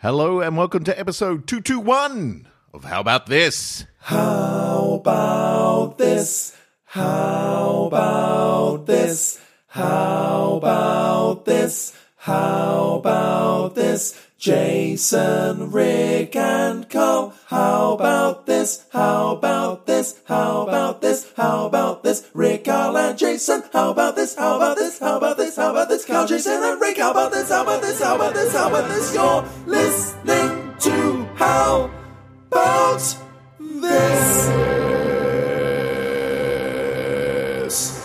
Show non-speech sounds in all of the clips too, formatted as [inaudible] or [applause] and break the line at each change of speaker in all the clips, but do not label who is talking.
Hello and welcome to episode 221 of How About This?
How about this? How about this? How about this? How about this? Jason, Rick, and Carl. How about this? How about this? How about this? How about this? Rick, Carl, and Jason. How about this? How about this? How about this? How about this? Carl, Jason, and Rick. How about this? How about this? How about this? How about this? You're listening to How About This.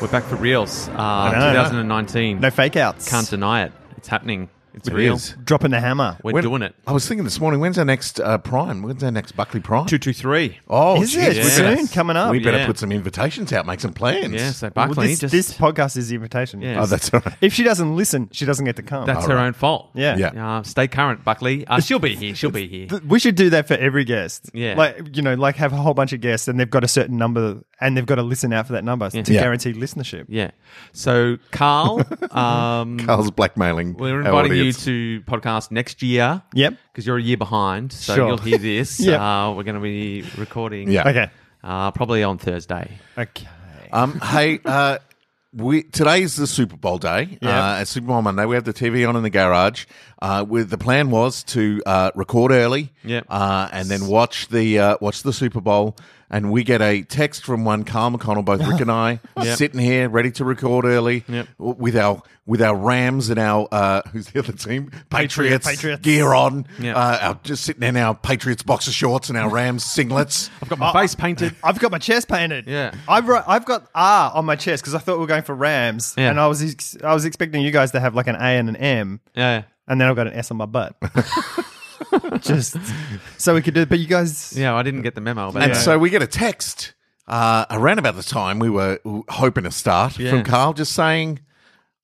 We're back for reals. Uh,
know.
2019.
No fake outs.
Can't deny it. It's happening. It's real.
is.
Dropping the hammer.
We're
When-
doing it.
I was thinking this morning, when's our next uh, Prime? When's our next Buckley Prime?
Two two three.
Oh,
Is
geez,
it?
we
Yes.
better-
Soon coming up.
We better
Yeah.
put some invitations out, make some plans.
Yeah. So
Well,
Buckley
this,
just.
this podcast is the invitation.
Yeah.
Oh, [laughs] that's all right.
If she doesn't listen, she doesn't get to come.
that's her own fault.
Yeah.
Yeah.
Uh, stay current, Buckley. Uh, she'll be here. She'll be here.
Th- We should do that for every guest.
Yeah.
Like, you know, like have a whole bunch of guests and they've got a certain number and they've got to listen out for that number to
Yeah.
guarantee listenership.
Yeah. So
[laughs]
Carl, um,
Carl's blackmailing.
we're
our
inviting you
audience.
to podcast next year.
Yep.
Because you're a year behind, so
Sure.
you'll hear [laughs] this.
Yep.
uh, we're going to be recording.
Yeah.
Okay.
Uh, probably on Thursday.
Okay.
Um, hey, uh, we today is the Super Bowl day.
Yeah.
Uh, it's Super Bowl Monday. We have the TV on in the garage. Uh, with the plan was to uh, record early.
Yep.
Uh, and then watch the uh, watch the Super Bowl. And we get a text from one Carl McConnell, both Rick and I,
[laughs] Yep.
sitting here ready to record early
Yep.
w- with our with our Rams and our uh, who's the other team Patriots,
Patriots.
gear on.
Yep.
Uh, our, just sitting in our Patriots boxer shorts and our Rams
[laughs]
singlets.
I've got my face [laughs] painted.
I've got my chest painted.
Yeah.
I've wrote, I've got R on my chest because I thought we were going for Rams,
Yeah.
and I was ex- I was expecting you guys to have like an A and an M,
Yeah.
and then I've got an S on my [laughs] butt. Just so we could do. But you guys,
Yeah. I didn't get the memo. But
And
yeah.
so we get a text uh, around about the time we were hoping to start
Yeah.
from Carl just saying,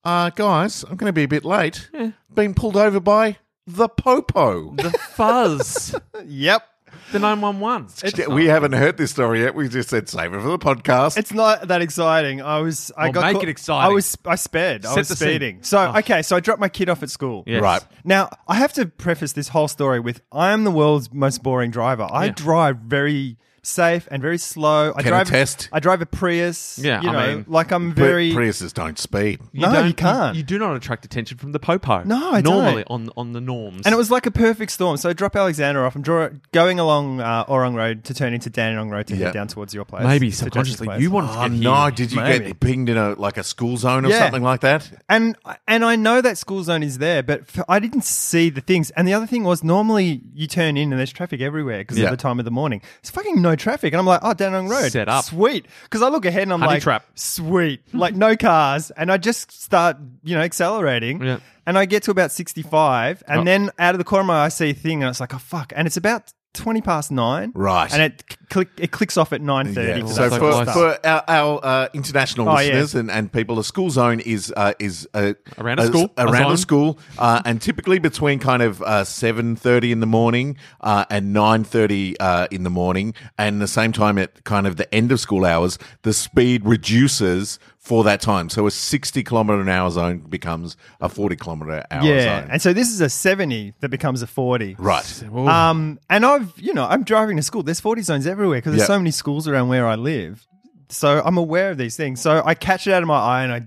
uh, guys, I'm going to be a bit late. Being pulled over by the Popo. [laughs]
the fuzz.
yep.
[laughs] The 911.
we haven't heard this story yet. We just said save it for the podcast.
It's not that exciting. I was. I
Well,
got
make
caught-
it exciting.
I was. I sped. I
Set
was
the scene. Oh.
speeding. So okay. So I dropped my kid off at school.
Yes.
Right.
Now I have to preface this whole story with I am the world's most boring driver. I
Yeah.
drive very safe and very slow. I
Can
drive.
attest.
I drive a Prius.
Yeah,
You
I
know,
mean-
like I'm
Pri-
very.
Priuses don't speed.
No, you
don't-
can't.
You, do not attract attention from the popo.
No, I don't.
normally on on the norms.
and it was like a perfect storm. So I drop Alexander off. I'm draw- going along uh, Orong Road to turn into Dandenong Road to
Yeah.
head down towards your place.
maybe
to Justin's
subconsciously
place.
you wanted to
Oh,
get here.
no. Did you
Maybe.
get pinged in a like a school zone or
Yeah.
something like that?
And and I know that school zone is there, but f- I didn't see the things. And the other thing was, normally you turn in and there's traffic everywhere because
Yeah.
of the time of the morning. It's fucking no traffic, and I'm like, oh, Danong Road,
Set up.
sweet. Because I look ahead and I'm
Honey
like,
trap.
sweet, like no cars, and I just start, you know, accelerating.
Yeah.
And I get to about 65, and
Oh.
then out of the corner of my eye, I see a thing, and it's like, oh fuck, and it's about 20 past nine,
Right.
And it c- click, it clicks off at 9:30.
Yeah.
for
So
that
for,
sort of stuff.
for our, our uh, international
Oh, yeah.
listeners and, and people, a school zone is uh, is uh,
Around a school, a
around a,
zone.
school, uh, and typically between kind of uh, seven thirty in the morning uh, and nine thirty uh, in the morning, and the same time at kind of the end of school hours, the speed reduces for that time. So a sixty kilometer an hour zone becomes a forty kilometer hour
yeah,
zone.
and so this is a 70 that becomes a 40,
Right.
Ooh.
Um, and I've, you know, I'm driving to school. There's 40 zones everywhere because there's
Yeah.
so many schools around where I live. So I'm aware of these things. So I catch it out of my eye and I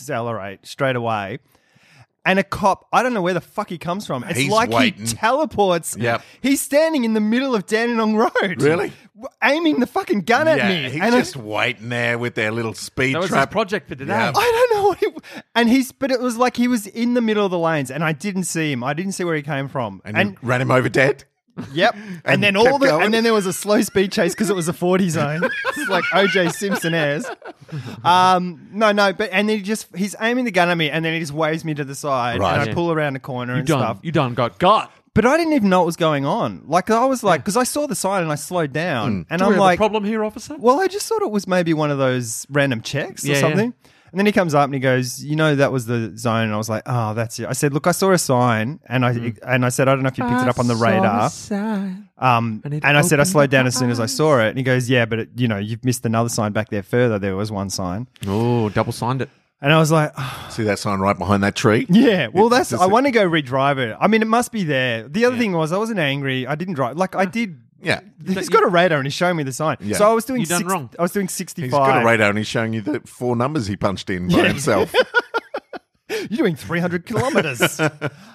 decelerate straight away. And a cop, I don't know where the fuck he comes from. It's
He's
like
waiting.
he teleports.
Yep.
He's standing in the middle of Dandenong Road.
Really?
w- Aiming the fucking gun at
Yeah,
me.
he's
And I-
just waiting there with their little speed
that was his
trap.
project for today.
Yeah.
[laughs] I don't know what he, and he's, but it was like he was in the middle of the lanes and I didn't see him. I didn't see where he came from.
and, you ran him over dead.
Yep.
[laughs]
And,
And
then
kept
all the
going.
and then there was a slow speed chase because it was a 40
[laughs]
zone. it's like OJ Simpson airs. Um, no, no, but and then he just he's aiming the gun at me and then he just waves me to the side
Right.
and
Yeah.
I pull around the corner
You
and
done.
stuff.
You done. Got got.
But I didn't even know what was going on. Like I was like because I saw the sign and I slowed down and
Mm. Do we
I'm
have a
like
problem here, officer.
well, I just thought it was maybe one of those random checks
Yeah,
or
yeah.
something. And then he comes up and he goes, "You know, that was the zone." And I was like, "Oh, that's it." I said, "Look, I saw a sign, and I
Mm.
and I said, I don't know if you picked it up on the radar." Um, and,
And it
I said I
opened
slowed down as
my
soon as I
eyes.
saw it, and he goes, "Yeah, but it, you know, you've missed another sign back there further. There was one sign."
Oh, double signed it.
And I was like,
See that sign right behind that tree?
[laughs] Yeah, well,
It-
that's.
does
I
it-
want to go redrive it. I mean, it must be there. The other thing was, I wasn't angry. I didn't drive. Like I did.
Yeah.
He's got a radar and he's showing me the sign.
Yeah.
So I was doing.
You done
six-
wrong.
I was doing sixty-five.
He's got a radar and he's showing you the four numbers he punched in by himself.
[laughs] You're doing three
[laughs]
hundred kilometers.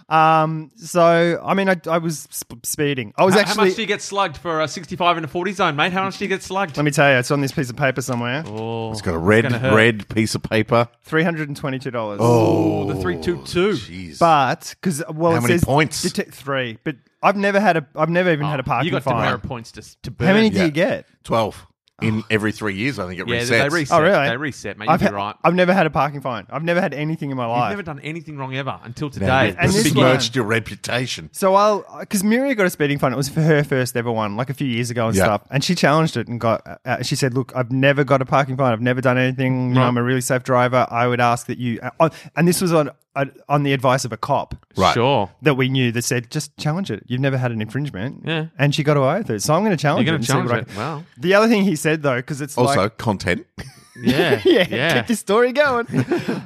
um. So I mean, I, I was sp- speeding. I was
How,
actually.
much do you get slugged for a 65 in a 40 zone, mate? How much do you get slugged?
let me tell you, it's on this piece of paper somewhere.
Oh,
He's got a red,
gonna hurt.
red piece of paper.
Three hundred and twenty-two dollars.
oh, the 322.
Jeez.
But because well,
How
it
many
says
points?
detect three. But I've never had a. I've never even had a parking
Oh, You got
fine.
demerit points to, to burn.
How many do
Yeah.
you get?
12 in every three years, I think it
Yeah,
resets.
they reset.
Oh, really?
They reset, mate. You'll
I've
be
ha-
right.
I've never had a parking fine. I've never had anything in my
You've
life.
never done anything wrong ever until
Now
today.
you've
And this
Big
one-
merch.
besmirched your reputation.
So I'll because Miria got a speeding fine. It was for her first ever one, like a few years ago and
Yeah.
stuff. And she challenged it and got. Uh, she said, "Look, I've never got a parking fine. I've never done anything. You know,
Right.
I'm a really safe driver. I would ask that you." Uh, and this was on uh, on the advice of a cop
Right.
Sure.
that we knew that said, "Just challenge it. You've never had an infringement."
Yeah.
And she got away with it. So I'm going to challenge
You're
it.
going
and
to
see what
challenge
I
it.
can- [laughs]
Wow.
The other thing he said though, because it's
Also,
like, [laughs]
content.
Yeah.
yeah, keep this story going.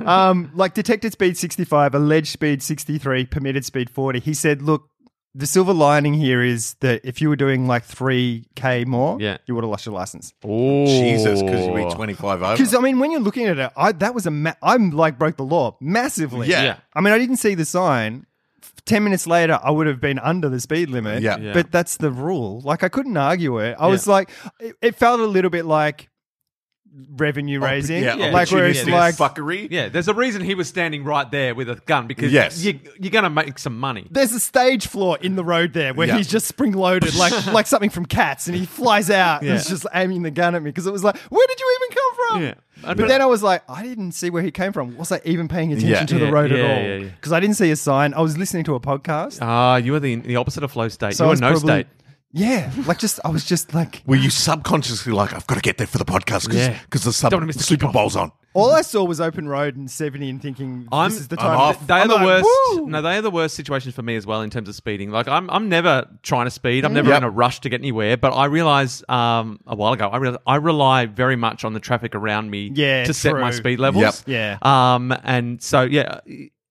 um, like detected speed 65, alleged speed 63, permitted speed 40. He said, look, the silver lining here is that if you were doing like 3K more,
Yeah.
you would have lost your license.
Oh.
Jesus, because you'd be 25 over.
Because, I mean, when you're looking at it, I, that was a, ma- I'm like broke the law massively.
Yeah.
Yeah.
I mean, I didn't see the sign. F- 10 minutes later, I would have been under the speed limit.
Yeah.
Yeah.
But that's the rule. Like, I couldn't argue it. I was like, it, it felt a little bit like revenue raising.
Oh, Yeah,
Yeah.
Like, where it's
opportunistic
like,
fuckery.
Yeah, there's a reason he was standing right there with a gun because
Yes.
you, you're going to make some money.
there's a stage floor in the road there where
Yeah.
he's just spring loaded
[laughs]
like like something from Cats, and he flies out and he's just aiming the gun at me because it was like, where did you even come from?
Yeah.
But,
But-
then I was like, I didn't see where he came from. Was I even paying attention
Yeah.
to the
Yeah,
road
yeah,
at
yeah,
all?
yeah.
Because I didn't see a sign. I was listening to a podcast.
Ah, you were the, the opposite of flow state.
so
you
I
were
was
no
probably-
state.
Yeah, like just I was just like
Were you subconsciously like, I've got to get there for the podcast because
Yeah.
the sub-
Don't wanna miss the
Super
kickoff.
Bowl's on?
all I saw was open road and seventy and thinking
I'm,
this is the
I'm
time.
off.
They
I'm
are the
like,
worst.
"Woo!"
No, they are the worst situations for me as well in terms of speeding. Like I'm, I'm never trying to speed. I'm never
Yep.
in a rush to get anywhere. But I realize um, a while ago, I realized I rely very much on the traffic around me
Yeah,
to set my
true.
speed
Yep.
levels.
Yeah.
Um, and so yeah.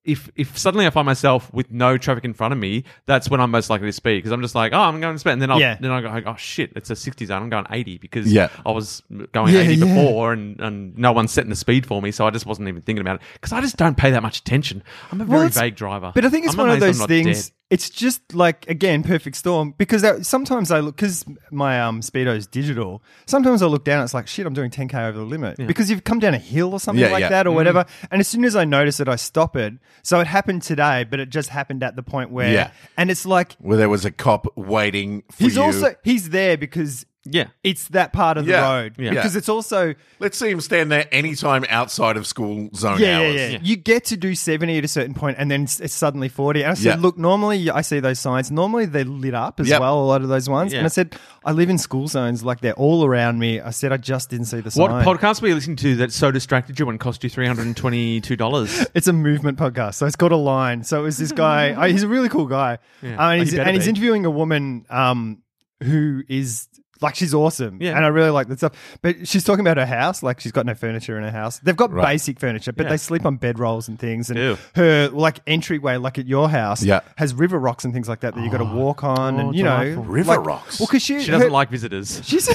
If, if suddenly I find myself with no traffic in front of me, that's when I'm most likely to speed because I'm just like, oh, I'm going to speed, and then I
Yeah.
will then I go, like, oh shit, it's a 60 zone. I'm going 80 because
Yeah.
I was going
Yeah,
80
yeah.
before before and, and no one's setting the speed for me, so I just wasn't even thinking about it because I just don't pay that much attention. I'm a
Well,
very
it's-
vague driver.
But I think it's
I'm
one of
amazed I'm
those
not
things.
dead.
It's just like again, perfect storm. Because that, sometimes I look because my um, speedo's digital. Sometimes I look down. It's like shit. I'm doing 10k over the limit because you've come down a hill or something
Yeah,
like
yeah.
that or
Mm.
whatever. And as soon as I notice it, I stop it. So it happened today, but it just happened at the point where.
Yeah.
And it's like
Where there was a cop waiting for
he's
you.
also he's there because
Yeah.
it's that part of
Yeah.
the road
Yeah.
because it's also
Let's see him stand there anytime outside of school zone
yeah,
hours.
Yeah, yeah. You get to do 70 at a certain point and then it's it's suddenly 40. And I said,
Yeah.
look, normally I see those signs. Normally they're lit up as
Yep.
well, a lot of those ones.
Yeah.
And I said, I live in school zones, like they're all around me. I said, I just didn't see the sign.
What podcast were you listening to that so distracted you and cost you three hundred and twenty-two dollars?
It's a movement podcast, so it's got a line. So it was this
[laughs]
guy. oh, he's a really cool guy, Uh, and,
Oh,
he's,
you better
and he's
be.
interviewing a woman um, who is like she's awesome,
Yeah.
and I really like that stuff. But she's talking about her house, like she's got no furniture in her house. They've got
Right.
basic furniture, but
Yeah.
they sleep on bedrolls and things. And
Ew.
her like entryway, like at your house,
Yeah. Ah.
has river rocks and things like that that you got to walk on,
Oh,
and you
delightful.
know,
River
like-
rocks.
Well, because she, [laughs]
She doesn't
her-
like visitors.
she's,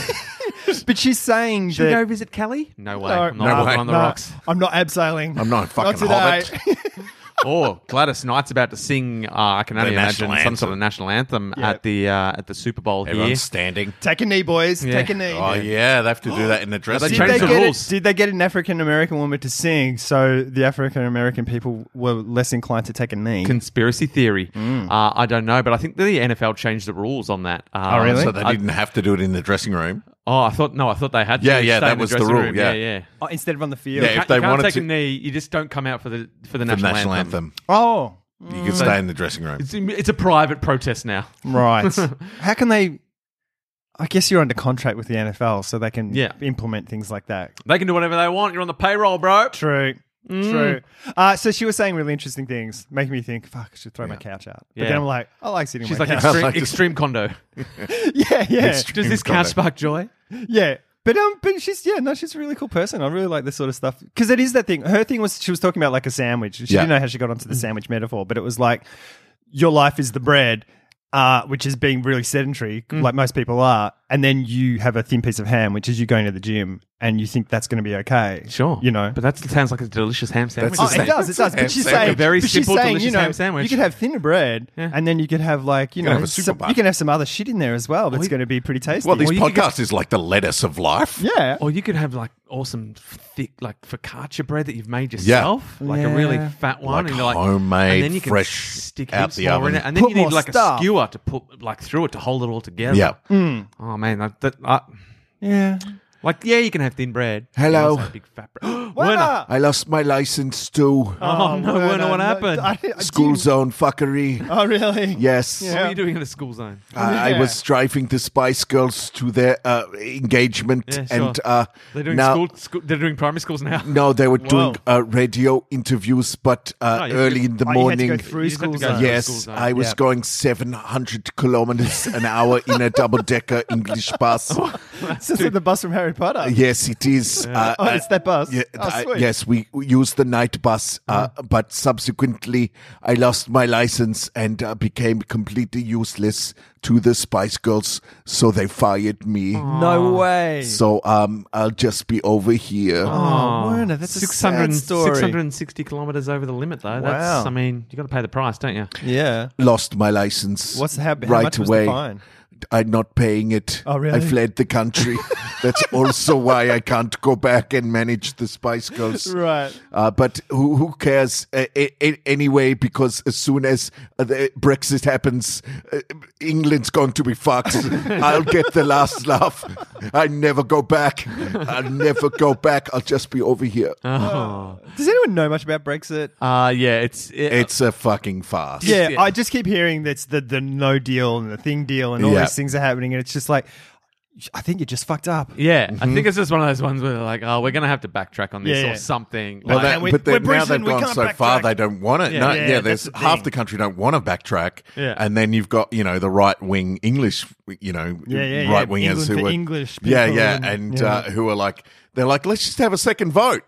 but she's saying
Should we
that-
go visit Kelly? No way.
No,
I'm not
no
walking
way.
on the
no,
rocks.
I'm not abseiling.
I'm not a fucking
today. [laughs]
hobbit.
Or Oh, Gladys Knight's about to sing. Uh, I can only
The national
imagine
anthem.
some sort of national anthem
Yeah.
at the uh, at the Super Bowl
Everyone's
here.
standing.
Take a knee, boys.
Yeah.
Take a knee.
Oh, yeah, they have to do that in the dressing
They
Did
changed
they,
the
room.
get
rules.
it- did they get an African American woman to sing so the African American people were less inclined to take a knee?
Conspiracy theory.
Mm.
Uh, I don't know, but I think the NFL changed the rules on that. Uh,
Oh, really?
So they didn't have to do it in the dressing room.
Oh, I thought no, I thought they had. To
Yeah, yeah,
stay
that
in
was the
dressing
rule,
room.
yeah.
yeah.
oh, instead of on the field.
Yeah.
Can't-
If they
you can't
wanted
take
to-
a knee, you just don't come out for the for the
The
national,
national
anthem.
anthem.
Oh,
You could stay in the dressing room.
It's, it's a private protest now.
right. [laughs] How can they? I guess you're under contract with the NFL, so they can
Yeah.
implement things like that.
They can do whatever they want. You're on the payroll, bro.
True.
Mm.
True. Uh, so she was saying really interesting things, making me think, fuck, I should throw my couch out. But then
Yeah.
I'm like, I like
[laughs]
sitting
She's
on my
like
couch.
extreme,
like to-
extreme condo.
[laughs] yeah, yeah.
Extreme
Does this
condo.
couch spark joy?
Yeah. But um, but she's yeah, no, she's a really cool person. I really like this sort of stuff because it is that thing. Her thing was she was talking about like a sandwich. She
Yeah.
didn't know how she got onto the sandwich metaphor, but it was like your life is the bread, uh, which is being really sedentary, like most people are, and then you have a thin piece of ham, which is you going to the gym, and you think that's going to be okay.
Sure.
you know.
But that sounds like a delicious ham sandwich.
That's
Oh,
the
it
same.
does, it does.
Ham
But she's
sandwich.
saying
A very
but she's
simple,
saying, you
delicious
know,
ham sandwich.
You could have thinner bread,
Yeah.
and then you could have like you
can
know,
have a super
some-
bun.
you can have some other shit in there as well. That's
you-
going to be pretty tasty.
Well, this
Well, you could
podcast is like the lettuce of life.
yeah,
Or you could have like awesome thick like focaccia bread that you've made yourself, like a really
Yeah.
fat one,
Like
and you're like
homemade,
and then you can
fresh
stick
out
heaps
the
more
oven.
in it, and then
Put
you need
more
like
stuff. Hmm.
a skewer to put like through it to hold it all together.
Yeah.
Oh man, that, that I,
yeah.
like yeah, you can have thin bread.
Hello.
You can also have big fat bread. [gasps]
Werner!
Werner.
I lost my license too.
Oh, no, Werner, what
no,
happened?
I- I
School
didn't-
zone fuckery.
[laughs] Oh, really?
Yes.
What are you doing in a school zone?
I I
Yeah.
was driving the Spice Girls to their uh, engagement,
Yeah, sure.
and uh,
They're doing
now-
school, school. They're doing primary schools now.
No, they were doing
Whoa.
uh, radio interviews, but uh,
Oh, you
early
could-
in the
Oh,
morning.
You had to go through
You just had
school
to go
zone.
through
Yeah.
Yes,
school zone.
I was
Yeah.
going 700 kilometers an hour in a double decker English
[laughs]
bus.
Oh.
It's just like the bus from Harry Potter.
Yes, it is. Uh,
Oh, it's that bus.
Yeah,
Oh,
I-
sweet.
yes, we we used the night bus, uh,
Uh-huh.
but subsequently I lost my license and uh, became completely useless to the Spice Girls, so they fired me.
No way.
So um, I'll just be over here.
Oh, Werner, that's a sad story.
660 kilometers over the limit, though.
Wow.
That's, I mean, you got to pay the price, don't you?
Yeah.
Lost my license.
What's how, how
right
much was
away?
the fine?
I'm not paying it.
Oh, really?
I fled the
[laughs]
country. That's also why I can't go back and manage the Spice Girls.
Right.
Uh, but who, who cares uh, a- a- anyway? Because as soon as uh, the Brexit happens, uh, England's going to be
[laughs]
fucked. I'll get the last laugh. I never go back. I'll never go back. I'll just be over here.
Uh-huh.
Oh.
Does anyone know much about Brexit?
Uh, yeah, it's. It,
It's a fucking farce.
Yeah,
yeah.
I just keep hearing that's the the no deal and the thing deal and all
Yeah.
these things are happening, and it's just like, I think you're just fucked up.
yeah, I think it's just one of those ones where they're like, oh, we're going to have to backtrack on this
Yeah, yeah.
or something.
Well,
Like,
that,
and we-
but
we're
then now
Britain,
they've
we
gone
can't
so far
backtrack.
they don't want it.
Yeah.
no,
Yeah,
yeah,
that's
there's
the
half
thing.
the country don't want to backtrack,
Yeah.
and then you've got you know the right wing English, you know,
Yeah, yeah, yeah.
right wingers
England
who
for
are
English
yeah,
people
yeah,
and-
and
yeah.
Uh, who are like they're like let's just have a second
[laughs]
vote.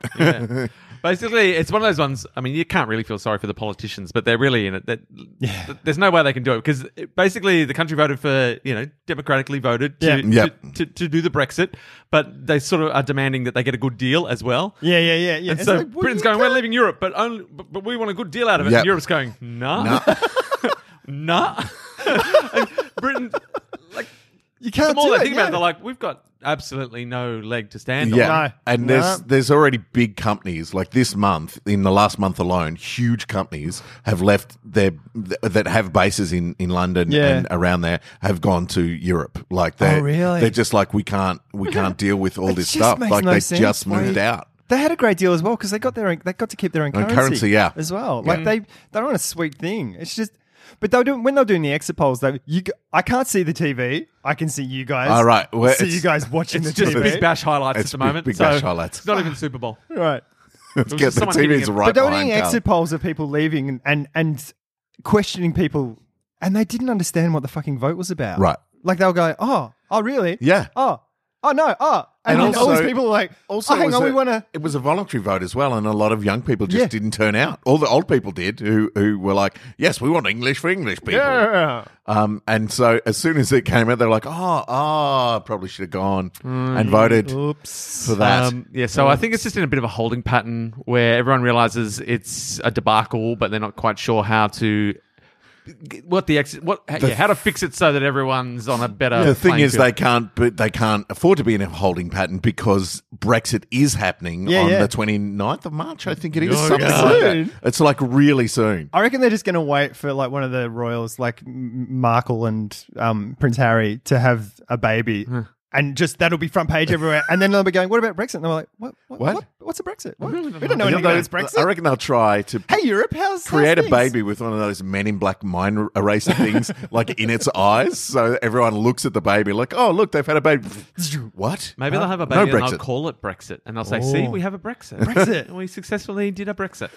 basically, it's one of those ones. I mean, you can't really feel sorry for the politicians, but they're really in it. That, th- There's no way they can do it because basically the country voted for, you know, democratically voted to,
Yeah.
to,
Yep.
to, to do the Brexit, but they sort of are demanding that they get a good deal as well.
Yeah, yeah, yeah, yeah.
And
It's
so
like, what
Britain's
do you
going, we're leaving Europe, but only, but, but we want a good deal out of it.
Yep.
And Europe's going, nah,
Nah.
[laughs] nah. [laughs] And Britain, like,
You can't
the more
do
they
it,
think about
yeah.
it, they're like, we've got absolutely no leg to stand on.
Yeah,
No.
and
No.
there's there's already big companies like this month in the last month alone, huge companies have left their th- that have bases in in London
Yeah.
and around there have gone to Europe. Like they
Oh, really?
they're just like we can't we can't deal with all
It
this
just
stuff.
makes
Like
no
they
sense.
just
Why-
moved out.
They had a great deal as well because they got their own, they got to keep their own
Own
currency,
currency, yeah.
as well. Like they they're on a sweet thing. It's just, but they were doing when they're doing the exit polls. They you g- I can't see the TV. I can see you guys.
All Ah, right, well,
see
it's-
you guys watching
It's
the
just
TV.
Big Bash highlights
It's
at the
Big-
moment.
Big
so
Bash highlights.
It's not even Super Bowl.
right?
Let's [laughs]
was
get
just
the
someone hitting
TVs
it.
right
But they were
behind
doing
Carl.
exit polls of people leaving and and, and questioning people, and they didn't understand what the fucking vote was about.
Right.
Like they were going, oh, oh, really?
Yeah.
Oh, oh no, oh, and,
And
then all
also-
these people were like, also, oh,
it
hang
was
on,
a-
we want to.
It was a voluntary vote as well, and a lot of young people just
Yeah.
didn't turn out. All the old people did, who who were like, "Yes, we want English for English people."
Yeah.
Um, and so as soon as it came out, they're like, "Oh, oh, I probably should have gone and voted
Mm, Oops.
for that."
Um, yeah, so I think it's just in a bit of a holding pattern where everyone realizes it's a debacle, but they're not quite sure how to what the exit, what yeah, how to fix it so that everyone's on a better.
uh,
the thing
playing
is,
field.
they can't, but they can't afford to be in a holding pattern because Brexit is happening
Yeah,
on
yeah.
the 29th of March. I think it is
Oh,
something
yeah.
like that.
Soon.
It's like really soon.
I reckon they're just going to wait for like one of the royals, like M- Markle and um, Prince Harry, to have a baby, and just that'll be front page everywhere. And then they'll be going, "What about Brexit?" And they're like, "What? What?
What?
what's a Brexit? What? We don't know
You know,
anything about this
they-
Brexit."
I reckon they'll try to
hey, Europe, how's how's
create a
things?
baby with one of those men in black mind er- eraser things like in its eyes so everyone looks at the baby like oh look they've had a
[laughs]
baby what
Maybe they'll have a
No
baby and
Brexit. Oh.
they'll call it Brexit, and they'll say, "See, we have
[laughs]
a Brexit.
Brexit.
we successfully did a Brexit."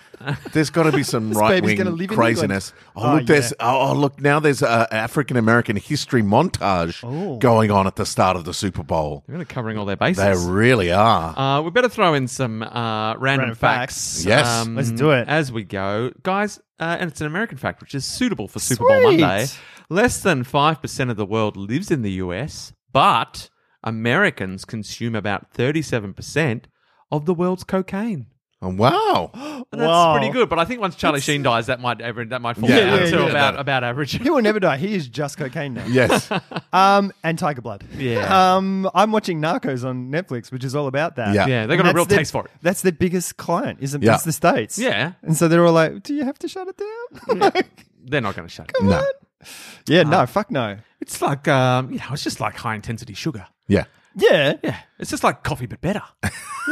there's got to be some
[laughs] This
right
baby's gonna
wing
live in
craziness
England.
oh
Oh,
look there's oh look now there's a African American history montage
Oh.
going on at the start of the Super Bowl.
They're really covering all their bases.
They really are.
Uh, we better throw in some uh, random,
Random
facts.
facts.
um,
Yes.
Let's do it.
As we go. Guys, uh, and it's an American fact, which is suitable for Super Bowl
Sweet.
Monday. Less than 5% of the world lives in the US, but Americans consume about 37% of the world's cocaine.
Oh, wow.
And that's
Wow.
pretty good, but I think once Charlie Sheen dies, that might aver- that might fall
Yeah,
down
yeah,
to
yeah.
about, about average.
He will never die. He is just cocaine now. [laughs]
Yes.
Um, and Tiger Blood.
Yeah.
Um, I'm watching Narcos on Netflix, which is all about that.
Yeah.
Yeah, they got
And
a real
that's their-
taste for it.
That's their biggest client, isn't
Yeah.
it's the states?
Yeah.
And so they're all like, "Do you have to shut it down?" Like,
They're not going to shut it. down.
no.
[laughs] yeah, no, fuck no.
It's like, um, you know, it's just like high intensity sugar.
Yeah. [laughs]
Yeah,
Yeah. It's just like coffee, but better.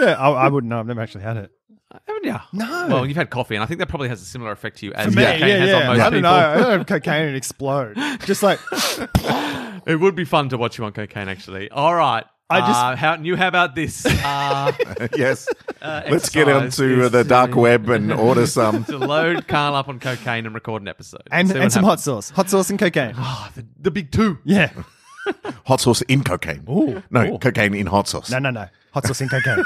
yeah. I, I wouldn't know. I've never actually had it.
Haven't you?
No.
Well, you've had coffee, and I think that probably has a similar effect to you as
For me,
cocaine has on most
I don't
people.
know. I don't
[laughs]
have cocaine and explode. Just like
It would be fun to watch you on cocaine, actually. All right.
I just-
uh, how new? How about this?
[laughs]
Uh,
yes. Let's get
exercise
onto uh,
is
the dark
to-
web and order
[laughs]
some.
to load Carl up on cocaine and record an episode
and,
See what
and some hot
happens.
sauce, hot sauce and cocaine.
Ah, the, the big two.
Yeah.
Hot sauce in cocaine.
Ooh.
No, cocaine in hot sauce.
No, no, no. Hot sauce and [laughs] cocaine.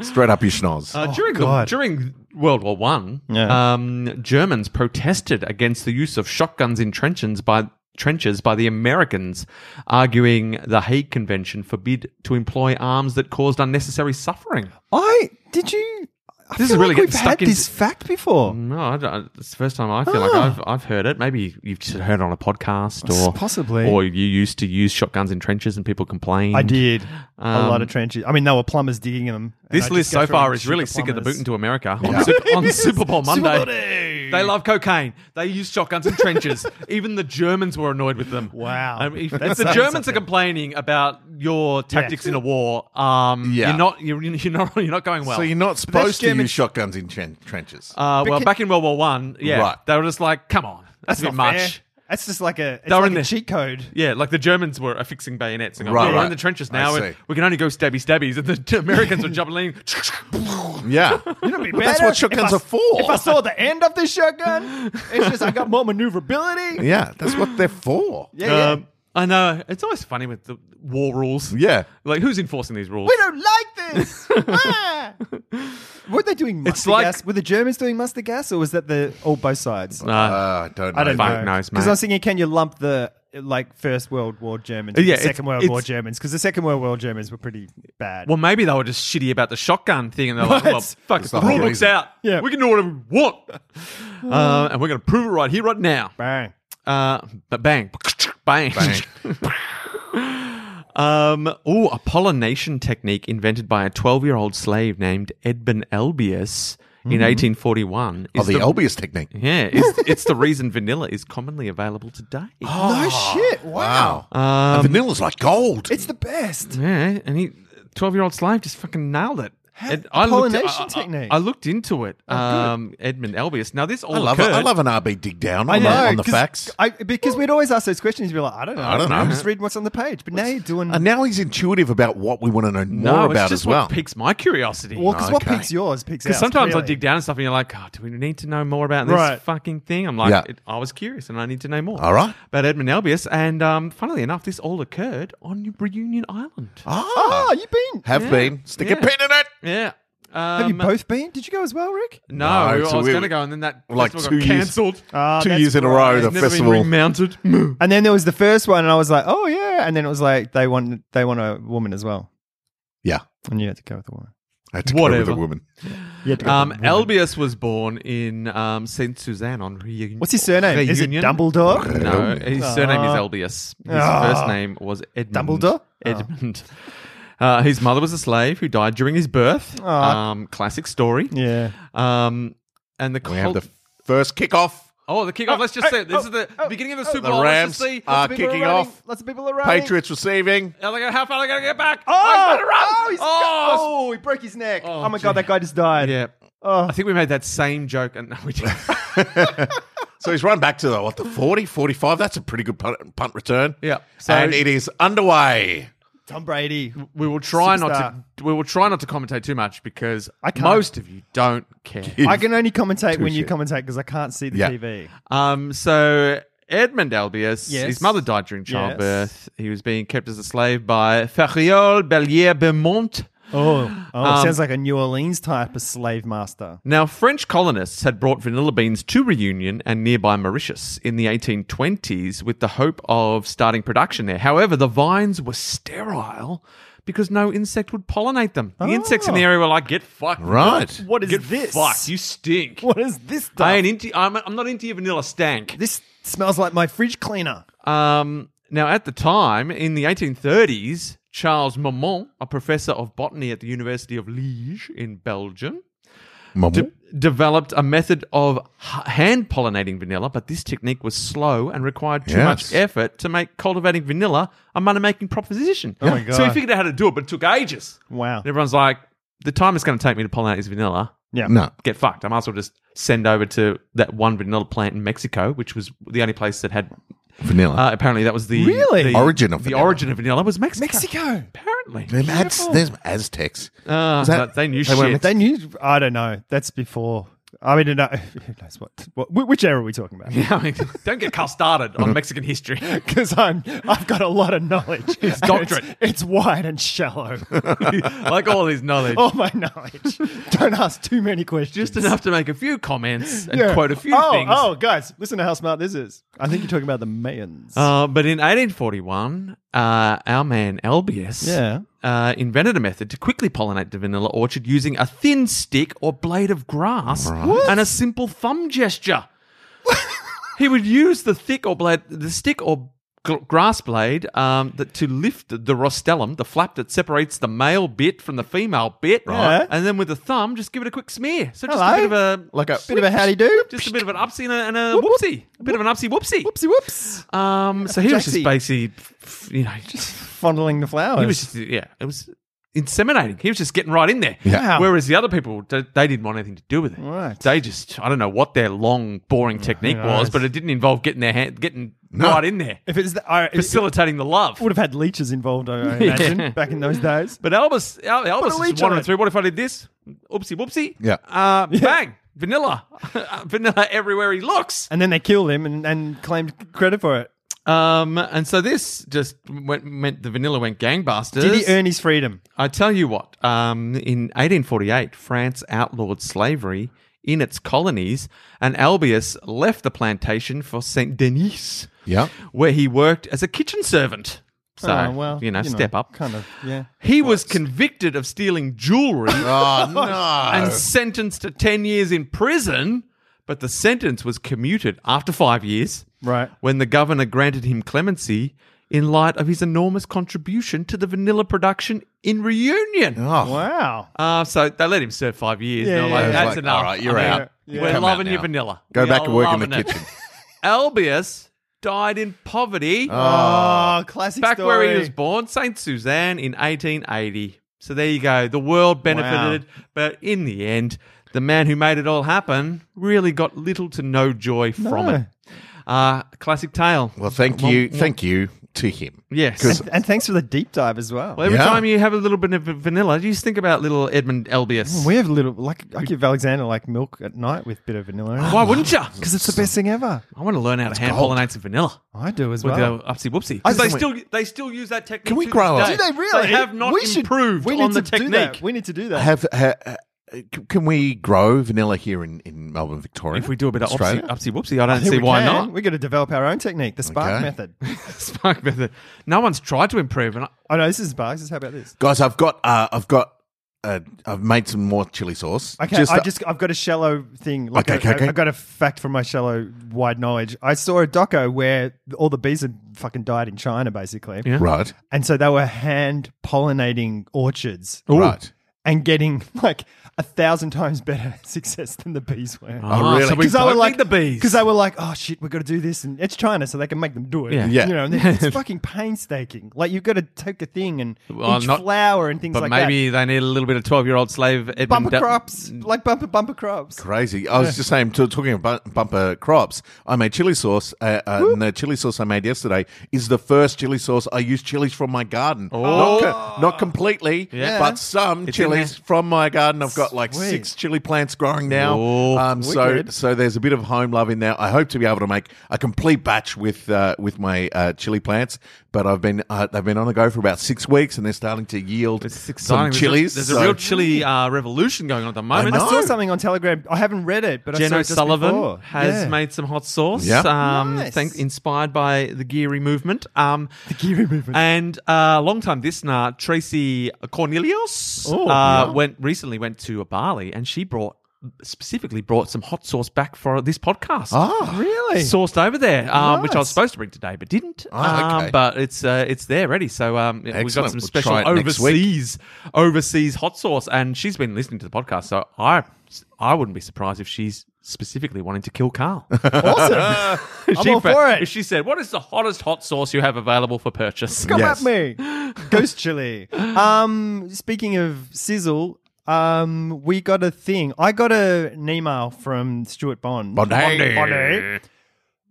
Straight up your schnoz.
Uh, during the,
Oh, God.
during World War One,
Yeah.
um, Germans protested against the use of shotguns in trenches by trenches by the Americans, arguing the Hague Convention forbid to employ arms that caused unnecessary suffering.
I did you? I
This is
feel
really
like
getting
we've
stuck
had
into- Mm.
this fact before.
No, I don't, it's the first time I feel like
Ah.
I've I've heard it. Maybe you've just heard it on a podcast, or
Possibly.
or you used to use shotguns in trenches and people complained.
I did a
Um,
lot of trenches. I mean, there were plumbers digging in them. and I
This
just
list
go
so
through and
far is
shoot
really
the
sick of the boot
plumbers.
into America on, Super, on Super Bowl Monday. They love cocaine. They use shotguns in trenches. [laughs] Even the Germans were annoyed with them.
Wow.
I mean, if,
That
if the
says
Germans are
something.
complaining about your tactics in a war, um,
Yeah.
you're not you're, you're not you're not going well.
so you're not supposed to
German-
use shotguns in tren- trenches.
uh, well,
Beca-
back in World War One, yeah,
Right.
they were just like, "Come on, that's, a
not
bit
fair.
much."
That's just like a, it's
They're
like
in
a
there.
cheat
[laughs]
code.
Yeah, like the Germans were affixing bayonets and going,
Right,
"Well, we're
right.
in the trenches
I
now.
see.
and We can only go stabby stabbies. And the [laughs] Americans were jumping.
[laughs]
yeah. But that's what shotguns are for.
If I saw the end of this shotgun, it's just I got more
[laughs]
maneuverability.
yeah, that's what they're for.
Yeah, yeah.
Um, I know. It's always funny with the war rules.
Yeah.
Like, who's enforcing these rules?
we don't like this. ah! Were they doing mustard
It's like-
gas? Were the Germans doing mustard gas, or was that the all both sides?
Uh,
Uh, I don't know.
I don't [laughs]
fuck
know.
knows,
Because
mate.
I was thinking, can you lump the like First World War Germans,
Yeah,
yeah,
it's-
the Second World
it's-
War Germans? Because the Second World War Germans were pretty bad.
well, maybe they were just shitty about the shotgun thing, and they're like,
What?
"Well, fuck,
It's
the
the
rule
whole
book's
reason.
out.
Yeah.
we can do whatever we want, uh, and we're going to prove it right here, right now."
Bang.
Uh, but bang, [laughs] bang.
Bang.
[laughs] Um, oh, a pollination technique invented by a 12-year-old slave named Edmund Elbius in 1841.
Oh,
is
the Elbius technique.
[laughs] yeah, is, it's the reason vanilla is commonly available today.
no shit. Wow.
Wow. Um, And vanilla's like gold.
It's the best.
Yeah, and he, twelve-year-old slave, just fucking nailed it. And I
pollination technique.
I, looked into it. um, Edmund Elbius. Now this all
Oh, I love
occurred.
it. I love an RB dig down on,
know,
the, on the
'cause
facts.
I, because we'd always ask those questions. You'd be like, I don't know.
I don't know.
I'm just reading what's on the page. But now you're doing.
and now he's intuitive about what we want to know
no,
more
it's
about
just
as well.
What piques my curiosity.
Well, because what
Okay.
picks yours picks ours.
because sometimes I
really.
dig down and stuff, and you're like, "Oh, do we need to know more about this
Right.
fucking thing?" I'm like,
Yeah.
it, "I was curious, and I need to know more."
All right.
about Edmund Elbius, and um, funnily enough, this all occurred on Reunion Island.
Ah,
Oh, you've been.
have
Yeah.
been. Stick a
Yeah.
pin in it.
Yeah. Um,
Have you both been? Did you go as well, Rick?
No,
No,
we-
so
I was
we-
going to go, and then that
Like two
festival got
years.
cancelled.
Ah,
Two
that's
years in a row,
right.
the
It's never been
festival.
remounted.
[laughs]
And then there was the first one, and I was like, oh yeah. And then it was like they want they want a woman as well,
Yeah.
and you had to go with a woman.
I had to go with
Whatever.
a woman.
You had to go
Um,
with a woman.
Elbius was born in um, Saint Suzanne on Reunion.
What's his surname? Is it
Reunion?
Dumbledore?
No, his surname is
Ah.
Elbius. His
Ah.
first name was Edmund.
Dumbledore? Ah.
Edmund. Uh, his mother was a slave who died during his birth.
Ah.
Um, classic story.
Yeah.
Um, and the
We have
cult-
the first kickoff.
oh the kickoff. let's just say this
oh,
is the beginning of the Super
The
Bowl.
Rams
let's just see.
are
Lots of people
kicking
are running.
off.
Lots of people are running.
Patriots receiving.
How they gonna- how far are they going to get back?
Oh,
Oh,
oh, he's
he's gonna run!
got-
Oh,
oh, he broke his neck.
Oh,
Oh, my god,
gee.
that guy just died.
yeah.
Oh.
I think we made that same joke, and [laughs] no, we didn't.
So he's run back to the, what, the 40, 45? That's a pretty good punt, punt return.
Yeah. So-
and it is underway.
Tom Brady.
we will try not
Superstar.
to we will try not to commentate too much because
I can't.
most of you don't care.
I can only commentate when you
shit.
commentate because I can't see the
Yeah.
TV.
Um, so Edmund Albius.
Yes.
His mother died during childbirth. He was being kept as a slave by Fariol Bellier Beaumont.
Oh, oh
Um,
sounds like a New Orleans type of slave master.
Now, French colonists had brought vanilla beans to Reunion and nearby Mauritius in the 1820s with the hope of starting production there. However, the vines were sterile because no insect would pollinate them. The insects in the area were like, get fucked.
Right.
Ah. What is
Get
this?
fucked. You stink.
What is this? Stuff?
I ain't into, I'm, I'm not into your vanilla stank.
this smells like my fridge cleaner.
Um, now, at the time, in the 1830s, Charles Marmont, a professor of botany at the University of Liège in Belgium,
Mum.
de- developed a method of h- hand pollinating vanilla, but this technique was slow and required too
Yes.
much effort to make cultivating vanilla a money making proposition.
Oh my
So he
God.
figured out how to do it, but it took ages.
Wow.
And everyone's like, the time it's going to take me to pollinate this vanilla,
Yeah.
no.
get fucked. I might as well just send over to that one vanilla plant in Mexico, which was the only place that had
Vanilla.
uh, apparently, that was the
Really?
the,
Origin of
the
vanilla.
origin of vanilla was Mexico.
Mexico.
apparently.
Them Az- there's Aztecs.
Uh,
that-
but they knew
they
shit.
weren't
[laughs]
They knew. I don't know. That's before. I mean, no, [laughs] who knows what, what? wh- Which era are we talking [laughs] about?
I mean, [laughs] don't get Carl
[laughs]
started on Mexican history. [laughs]
Because I'm, I've got a lot of knowledge. It's
doctorate.
It's, wide and shallow. [laughs]
like all his knowledge.
All my knowledge. [laughs] Don't ask too many questions.
Just enough to make a few comments and
Yeah.
quote a few
oh,
things.
Oh, guys, listen to how smart this is. I think you're talking about the Mayans.
Uh, but in 1841, uh, our man Albius
Yeah.
uh, invented a method to quickly pollinate the vanilla orchard using a thin stick or blade of grass and a simple thumb gesture. he would use the thick or blade, the stick or gl- grass blade um, that to lift the rostellum, the flap that separates the male bit from the female bit,
Right.
and then with the thumb, just give it a quick smear. So just a
Hello.
bit of a
Like a
bit of a howdy do.
just a bit of an upsie and a, and a whoopsie, a bit of an upsie whoopsie.
Whoopsie whoops.
Um, so he was just
Jaxie.
basically, you know, just
Fondling the flowers.
he was just yeah, it was inseminating. He was just getting right in there.
Yeah.
Wow.
Whereas the other people, they they didn't want anything to do with it.
Right.
They just, I don't know what their long, boring technique was,
Right.
but it didn't involve getting their hand, getting
No.
right in
[laughs]
there,
if it's the, I, it
facilitating the love.
would have had leeches involved,
[laughs]
I I imagine, back in those days.
But Elvis, Al- Elvis
leech
is
on
wandering
it.
through. What if I did this? Oopsie, whoopsie.
Yeah.
Uh, Bang. Vanilla. [laughs] vanilla everywhere he looks.
And then they killed him and, and claimed credit for it.
Um, and so this just went, meant the vanilla went gangbusters.
Did he earn his freedom?
I tell you what, um, in 1848, France outlawed slavery in its colonies, and Albius left the plantation for Saint Denis,
Yeah.
where he worked as a kitchen servant. So,
Oh, well,
you know,
you know,
step up.
kind of, yeah.
He was convicted of stealing jewelry
[laughs] Oh, no.
and sentenced to 10 years in prison, but the sentence was commuted after five years
Right.
when the governor granted him clemency in light of his enormous contribution to the vanilla production in
Ah.
Reunion.
Oh,
Wow.
Uh, so they let him serve five years.
Yeah,
They're
yeah,
like,
yeah.
that's
Like,
enough.
all right, you're
I mean,
out. You
We're
come out
loving
now.
your vanilla.
Go
We
back
are
and work in
loving
the
it.
kitchen.
Albius died in poverty
Oh, classic
back
story.
where he was born, St. Suzanne, in 1880. So there you go. The world benefited, but in the end, the man who made it all happen really got little to no joy from
No.
it. Uh, classic tale.
Well, thank you. Thank you to him.
Yes.
'Cause-
And thanks for the deep dive as well.
Well, every
Yeah.
time you have a little bit of vanilla, you just think about little Edmund Elbius.
we have little, like, I give Alexander like milk at night with a bit of vanilla.
Why wouldn't you?
Because it's the best thing ever.
I want to learn how to hand
gold.
pollinate some vanilla.
I do as
with
well.
the upsy whoopsie.
I
Because they
think
still they still use that technique.
Can we
to
grow
this
up?
Do
day.
they really?
They have not
we should, [laughs]
improved
we need
on the
to do
technique.
that. We need to do that.
Have ha, uh, c- can we grow vanilla here in, in Melbourne, Victoria?
If we do a bit of upsy,
Australia?
upsy whoopsie, I don't
Here
see
we
why
can.
not. [laughs]
We're going to develop our own technique, the spark
Okay.
method.
Spark method. No one's tried to improve, and I,
Oh no, this is sparks. How about this?
guys, I've got uh, I've got uh, I've made some more chili sauce.
Okay,
Just
I
the-
just I've got a shallow thing. Like
Okay,
a-
okay, okay.
I, have got a fact from my shallow wide knowledge. I saw a doco where all the bees had fucking died in China, basically,
Yeah.
right,
and so they were hand pollinating orchards
right.
and getting [laughs] like a thousand times better [laughs] success than the bees were.
Oh, really?
So we
Because
don't
I were
need
like
the bees.
because they were like, oh shit, we're gonna do this, and it's China, so they can make them do it.
Yeah.
Yeah.
you know, and it's fucking painstaking. Like you've got to take a thing and
Well,
each
not-
flower and things
but
like that.
maybe they need a little bit of twelve-year-old slave Edmund
Bumper
Del-
crops, like bumper bumper crops.
Crazy. I was just saying, to, talking about bumper crops, I made chili sauce, uh, uh, and the chili sauce I made yesterday is the first chili sauce I used chilies from my garden. Not, co- not completely,
Oh. Yeah.
but some
It's in
chilies chilies from my garden. I've got like
Sweet.
six chili plants growing now.
Oh,
um, so
wicked.
so there's a bit of home love in there. I hope to be able to make a complete batch with uh, with my uh, chili plants, but I've been uh, they've been on the go for about six weeks and they're starting to yield
It's
some
exciting.
chilies.
There's
So-
a, there's a real chili uh, revolution going on at the moment.
I
I saw
No.
something on Telegram. I haven't read it, but I saw
Jen
it just
O'Sullivan
before.
has
Yeah.
made some hot sauce.
Yeah.
Um,
Nice.
thank- inspired by the Geary movement. Um, the
Geary movement.
And uh, longtime listener Tracy Cornelius
Oh,
uh,
yeah.
went recently went to uh, Bali and she brought specifically brought some hot sauce back for this podcast.
Ah.
really.
Sourced over there, um, which I was
Nice.
supposed to bring today, but didn't.
Ah, okay.
um, but it's uh, it's there ready. So um, we've got
Excellent.
some
We'll
special
try it next week.
overseas overseas hot sauce, and she's been listening to the podcast. So I I wouldn't be surprised if she's specifically wanting to
[laughs]
kill Carl.
awesome.
If
I'm
[laughs] she
all
fa-
for it.
If she said, "What is the hottest hot sauce you have available for purchase?"
Come
Yes.
at me. Ghost chili. Um, speaking of sizzle, um, we got a thing. I got a, an email from Stuart Bond.
Bondi.
Bondi.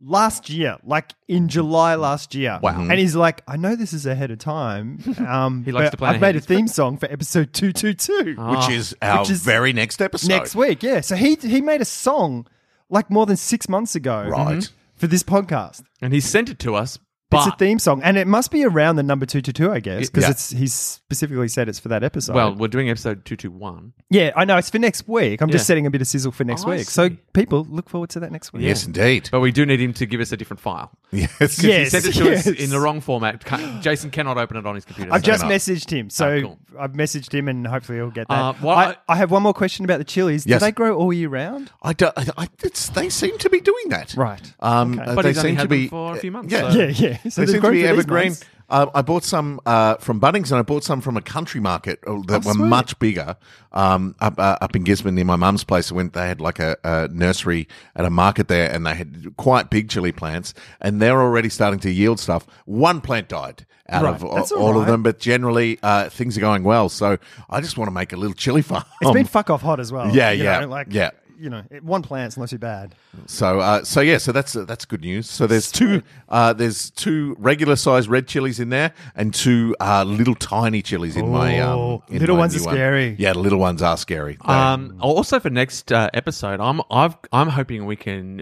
Last year, like in July last year.
Wow.
And he's like, I know this is ahead
[laughs]
of time. Um,
He likes
but
to plan
I've made a
ahead. Oh.
theme song for episode
[laughs]
222
which is our
Ah, Which is
very next episode.
next week. Yeah. So he, he made a song like more than six months ago
Right.
for this podcast.
and he sent it to us, but
it's a theme song, and it must be around the number two two two, I guess, because
Yeah.
it's he's specifically said it's for that episode.
well, we're doing episode two two one.
yeah, I know it's for next week. I'm just
Yeah. Oh,
setting a bit of sizzle for next
I
week, so
see.
people look forward to that next week.
Yes, indeed.
But we do need him to give us a different file.
[laughs] Yes.
Yeah.
He
Yes,
sent it to
yes.
us in the wrong format. Ca- Jason cannot open it on his computer.
I've
so-
just
enough.
messaged him, so
Ah, cool.
I've messaged him, and hopefully he'll get that.
Uh, well,
I,
I-
I have one more question about the chilies.
Yes.
Do they grow all year round?
I don't. I, I, it's, they seem to be doing that,
Right.
Um,
Okay.
uh,
But
they
he's only
seem to
had them
be uh,
for a few months,
Yeah,
so-
Yeah, yeah. So
they
they've
seem to
grown
be
for these
evergreen.
months.
Um, I bought some uh, from Bunnings and I bought some from a country market uh, that were
Oh, sweet.
much bigger um, up uh, up in Gisborne near my mum's place. When they had like a, a nursery at a market there, and they had quite big chili plants, and they're already starting to yield stuff. One plant died out
Right.
of all,
That's all
all of
right.
them, but generally uh, things are going well. So I just want to make a little chili farm.
It's been fuck off hot as
Um,
well.
yeah,
you
yeah,
know, like
yeah.
You know, it, one plant's not too bad.
So, uh, so yeah, so that's uh, that's good news. So there's two, uh, there's two regular sized red chilies in there, and two uh, little tiny chilies in my um,
Oh,
in
little
my
ones
new
are
one.
scary.
Yeah, the little ones are scary. They-
Um, also for next uh, episode, I'm I've I'm hoping we can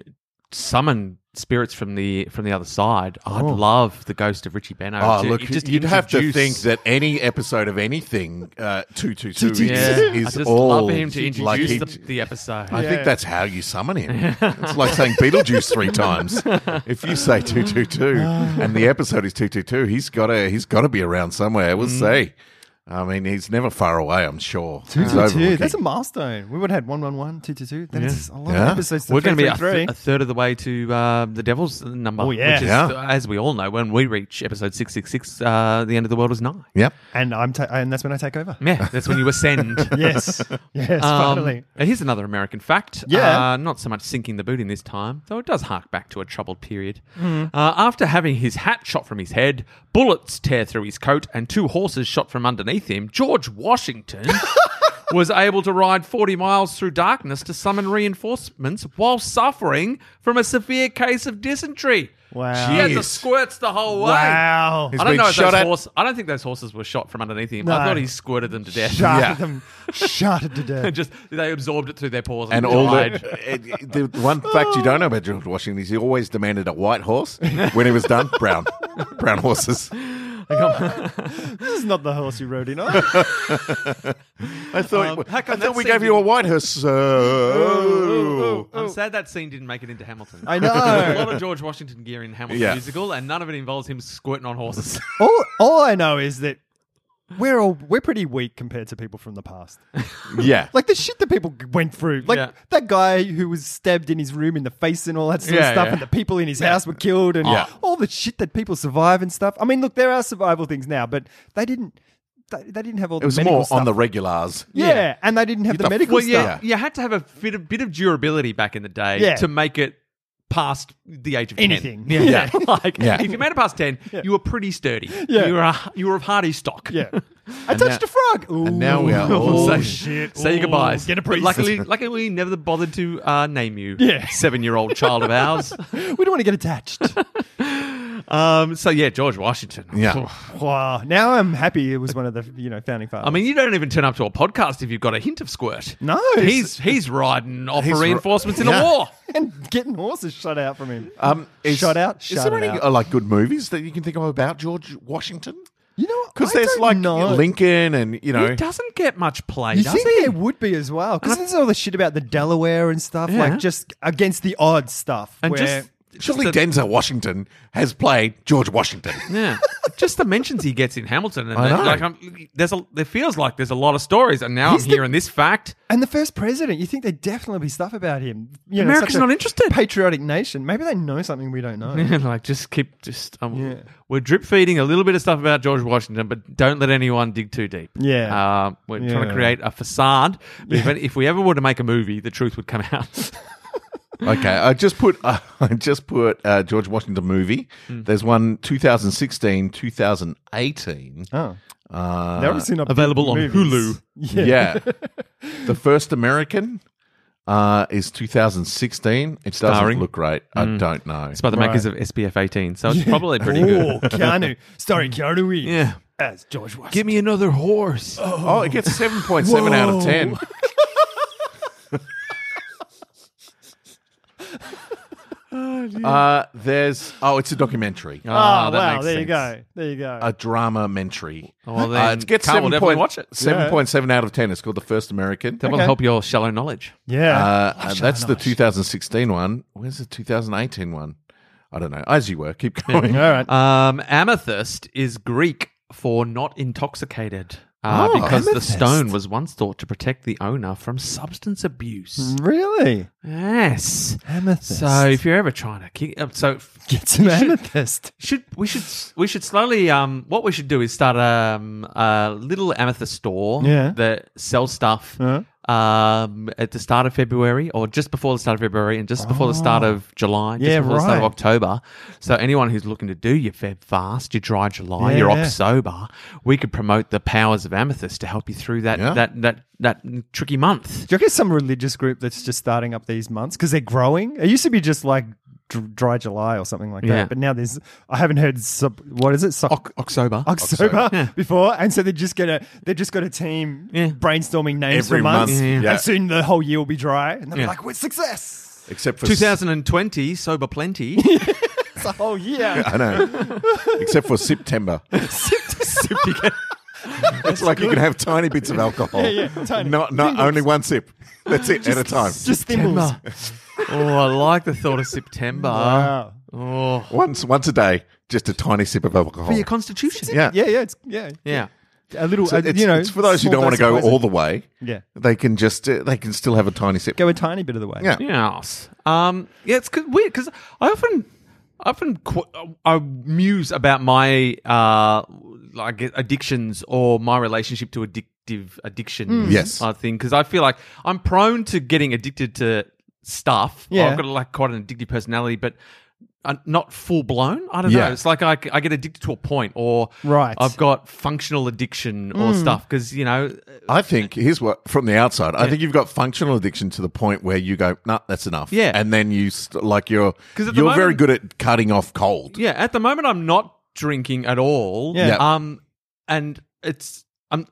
summon spirits from the from the other side. I'd
Oh.
love the ghost of Richie Benno.
oh
to-
look,
just
you'd have to
introduce-
think that any episode of anything uh, two two two is,
Yeah, I
is
just
all
love him to introduce
like he-
the, the episode.
I
Yeah.
think that's how you summon him. it's like saying Beetlejuice three times. If you say two two two,
Ah.
and the episode is two two two, he's got to he's got to be around somewhere. We'll see. I mean, he's never far away. I'm sure.
Mm. Two
He's
two two.
overlooking.
That's a milestone. We would have had one one one, two two two. Then it's a lot
Yeah.
of episodes. To
We're going to be a,
three.
th- a third of the way to uh, the Devil's number.
Oh, yeah.
Which is, uh,
Yeah.
as we all know, when we reach episode 666, uh, the end of the world is nigh.
Yep.
and I'm ta- and that's when I take over.
Yeah, that's when you ascend.
[laughs]
[laughs]
Yes, yes,
Um,
finally.
and here's another American fact.
Yeah.
Uh, not so much sinking the boot in this time, though it does hark back to a troubled period. Uh, after having his hat shot from his head, bullets tear through his coat, and two horses shot from underneath him, George Washington was able to ride 40 miles through darkness to summon reinforcements while suffering from a severe case of dysentery.
Wow.
He had the
Jeez.
squirts the whole way.
Wow.
He's
I don't
been
know if
shot
those
at-
horse, I don't think those horses were shot from underneath him.
No.
I thought he squirted them to death.
Shot
Yeah.
them, shot to death. [laughs]
And [laughs] just they absorbed it through their pores
And
and,
all
died.
the, it- it- the one fact you don't know about George Washington is he always demanded a white horse when he was done. Brown, brown horses.
[laughs] this is not the horse you [laughs] rode in on.
I thought.
Um,
I
how come
thought
that
we
scene
gave you a white horse. sir.
Oh,
I'm sad that scene didn't make it into Hamilton.
I know.
There's a lot of George Washington gear in Hamilton
Yeah.
musical, and none of it involves him squirting on
[laughs]
horses.
all, all I know is that we're all we're pretty weak compared to people from the past.
Yeah.
oh. Like the shit that people went through. Like
Yeah.
that guy who was stabbed in his room in the face and all that sort of
Yeah,
stuff,
yeah.
and the people in his house were killed, and
Yeah.
all the shit that people survive and stuff. I mean, look, there are survival things now, but they didn't. They, they didn't have all
It was
the medical
more
stuff.
on the regulars.
yeah, and they didn't have
Get
the,
the
medical
fuck-
well,
stuff.
yeah, you had to have a bit of, bit of durability back in the day
Yeah.
to make it past the age of
Anything.
10. Yeah, yeah. [laughs] like
Yeah.
if you made it past ten, you were pretty sturdy.
Yeah.
you were a, you were of hardy stock. [laughs]
[laughs]
Yeah. I touched a frog.
and now we are
Ooh. [laughs]
all-
Oh,
Say-
shit.
Say your
Ooh,
goodbyes.
Get a
But
priest.
Luckily, luckily, we never bothered to uh, name you,
Yeah. [laughs]
seven year old child of ours. [laughs]
we don't want to get attached.
Um, so yeah, George Washington.
Oh.
Yeah.
Wow. Now I'm happy it was one of the you know founding fathers.
I mean, you don't even turn up to a podcast if you've got a hint of squirt.
No.
he's he's riding off
He's
for
ri-
reinforcements in
Yeah.
a war.
and getting horses shut out from him.
Um, is-
shut out.
Is
Shut
there any
out.
uh, like good movies that you can think of about George Washington?
you know,
Because
I
there's
don't
like
know.
Lincoln and you know
He doesn't get much play,
You
does
think
he?
there would be as well? Because there's all the shit about the Delaware and stuff, like just against the odds stuff.
and
where,
just
[laughs] Surely
just the-
Denzel Washington has played George
[laughs]
Washington.
yeah, just the mentions he gets in Hamilton, and
I
the-
know.
like I'm, there's a there feels like there's a lot of stories, and now
He's
I'm
the-
hearing this [laughs] fact.
and the first president, you think there'd definitely be stuff about him. You know,
America's
such a
not interested.
Patriotic nation. Maybe they know something we
[laughs]
don't know.
like just keep just um,
Yeah.
we're drip feeding a little bit of stuff about George Washington, but don't let anyone dig too deep.
Yeah.
uh, we're trying
Yeah.
to create a facade. But if, if we ever were to make a movie, the truth would come out. [laughs]
Okay, I just put [laughs] uh, I just put uh, George Washington movie.
Hmm.
There's one 2016, 2018.
Oh,
Uh,
they're obviously not big
available on
movies.
Hulu.
[laughs] Yeah.
yeah, [laughs] the first American uh, is 2016. It
Starring?
doesn't look great.
Hmm.
I don't know.
It's by the
Right.
makers of SPF 18, so it's probably pretty
Oh,
good.
Keanu,
[laughs]
starring Keanu Reeves
Yeah.
as George Washington.
Give me another horse.
Oh, it gets seven point seven out of ten. [laughs] uh, there's oh, it's a documentary,
Ah,
Ah, that
wow,
makes
there you
sense.
go, there you go.
a dramamentary.
Well,
uh,
Oh, then
it gets
Carl will
seven
definitely
point
watch it.
seven point seven out of ten. It's called The First American.
That will
Okay.
help your shallow knowledge.
yeah,
Uh, and that's the 2016 one. Where's the 2018 one? I don't know. As you were, keep going.
all right.
Um, amethyst is Greek for not intoxicated. Uh,
Oh,
because
amethyst.
the stone was once thought to protect the owner from substance abuse.
Um, really,
Hmm. Yes.
amethyst.
So if you're ever trying to kick, uh, so
get some amethyst.
should we should we should slowly um what we should do is start um a little amethyst store
Yeah.
that sells stuff
Uh-huh.
um at the start of February or just before the start of February and just before the start of July just
Ah. Yeah,
before the start of
right.
October so anyone who's looking to do your Feb fast your dry July
Yeah,
your
yeah.
October we could promote the powers of amethyst to help you through that
Yeah.
that that that tricky month
Do you reckon some religious group that's just starting up these months because they're growing? It used to be just like dr- dry July or something like
Yeah.
that, but now there's I haven't heard sub, what is it? Soc-
October
[laughs] October before, and so they're just gonna they're just got a team
Yeah.
brainstorming names
Every
for months,
month, Yeah. yeah.
and soon the whole year will be dry, and they'll
Yeah.
be like, "We're success."
Except for
2020
[laughs]
sober plenty
It's a
[laughs]
whole year.
I know. Except for September. [laughs] it's like you can have tiny bits of alcohol.
Yeah, yeah, tiny.
Not, not only one sip. That's it at a time.
Just thimbles.
oh I like the thought of September
Wow.
oh
Once once a day, just a tiny sip of alcohol.
for your constitution.
Yeah.
Yeah, yeah, it's yeah,
Yeah.
a little.
So
uh,
it's,
you know,
it's for those who don't want to go all the way.
Yeah.
They can just uh, they can still have a tiny sip.
go a tiny bit of the way.
Yeah.
Yes. Um, yeah, it's good, weird because I often, I often qu- I muse about my uh, like addictions or my relationship to addictive addiction.
Yes.
I think because I feel like I'm prone to getting addicted to stuff.
Yeah.
I've got like quite an addictive personality, but. uh, Not full blown. I don't
Yeah.
know. It's like I, c- I get addicted to a point, or
Right.
I've got functional addiction or stuff because you know
I think here's what from the outside. I think you've got functional addiction to the point where you go, nah, that's enough.
Yeah.
and then you st- like you're
'Cause at the
you're very
moment-
good at cutting off cold.
Yeah, at the moment I'm not drinking at all.
Yeah.
Yeah.
Um, and it's I'm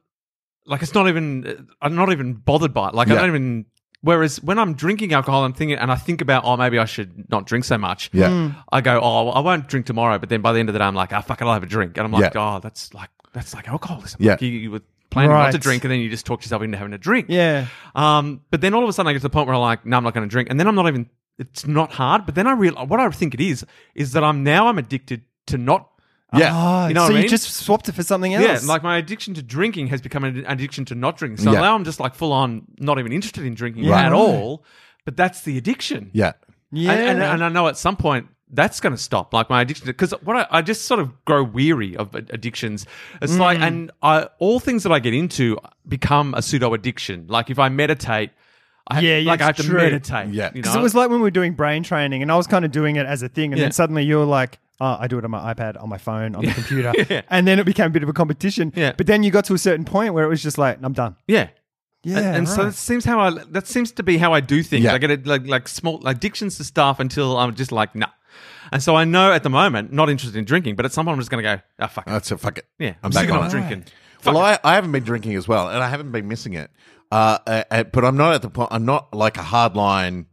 like it's not even I'm not even bothered by it. Like
Yeah.
I don't even. Whereas when I'm drinking alcohol, I'm thinking and I think about oh maybe I should not drink so much.
Yeah.
Hmm.
I go oh well, I won't drink tomorrow, but then by the end of the day I'm like ah fuck it I'll have a drink and I'm like oh that's like that's like alcoholism.
Yeah.
Like, you, you were planning not to
Right.
drink and then you just talk yourself into having a drink.
yeah.
Um, but then all of a sudden I get to the point where I'm like, no, I'm not going to drink, and then I'm not even. It's not hard, but then I realize what I think it is is that I'm now I'm addicted to not.
Yeah.
Oh,
You know
so
what I
you
mean?
just swapped it for something else.
Yeah, like my addiction to drinking has become an addiction to not drinking. So
Yeah.
now I'm just like full on, not even interested in drinking
Yeah.
at all. But that's the addiction.
yeah,
yeah.
And, and, and I know at some point that's going to stop. Like my addiction, because what I, I just sort of grow weary of ad- addictions. It's
Mm.
like, and I, all things that I get into become a pseudo addiction. Like if I meditate, I,
Yeah, yeah,
like I have
it's
to
true.
meditate.
Yeah.
you
'Cause
know?
it was like when we were doing brain training, and I was kind of doing it as a thing, and
Yeah.
then suddenly you were like, "Oh, I do it on my iPad, on my phone, on the computer,"
[laughs] Yeah.
and then it became a bit of a competition.
Yeah.
But then you got to a certain point where it was just like, "I'm done."
yeah.
Yeah,
and and so
right.
that seems how I that seems to be how I do things.
Yeah.
I get it like like small addictions to stuff until I'm just like nah. And so I know at the moment, not interested in drinking, but at some point I'm just going to go, ah, fuck it.
That's a fuck it.
Yeah,
Uh, I'm
sick
back
of
on
not
it.
drinking.
Well, I, I haven't been drinking as well, and I haven't been missing it. Uh, uh, uh, but I'm not at the point. I'm not like a hard line.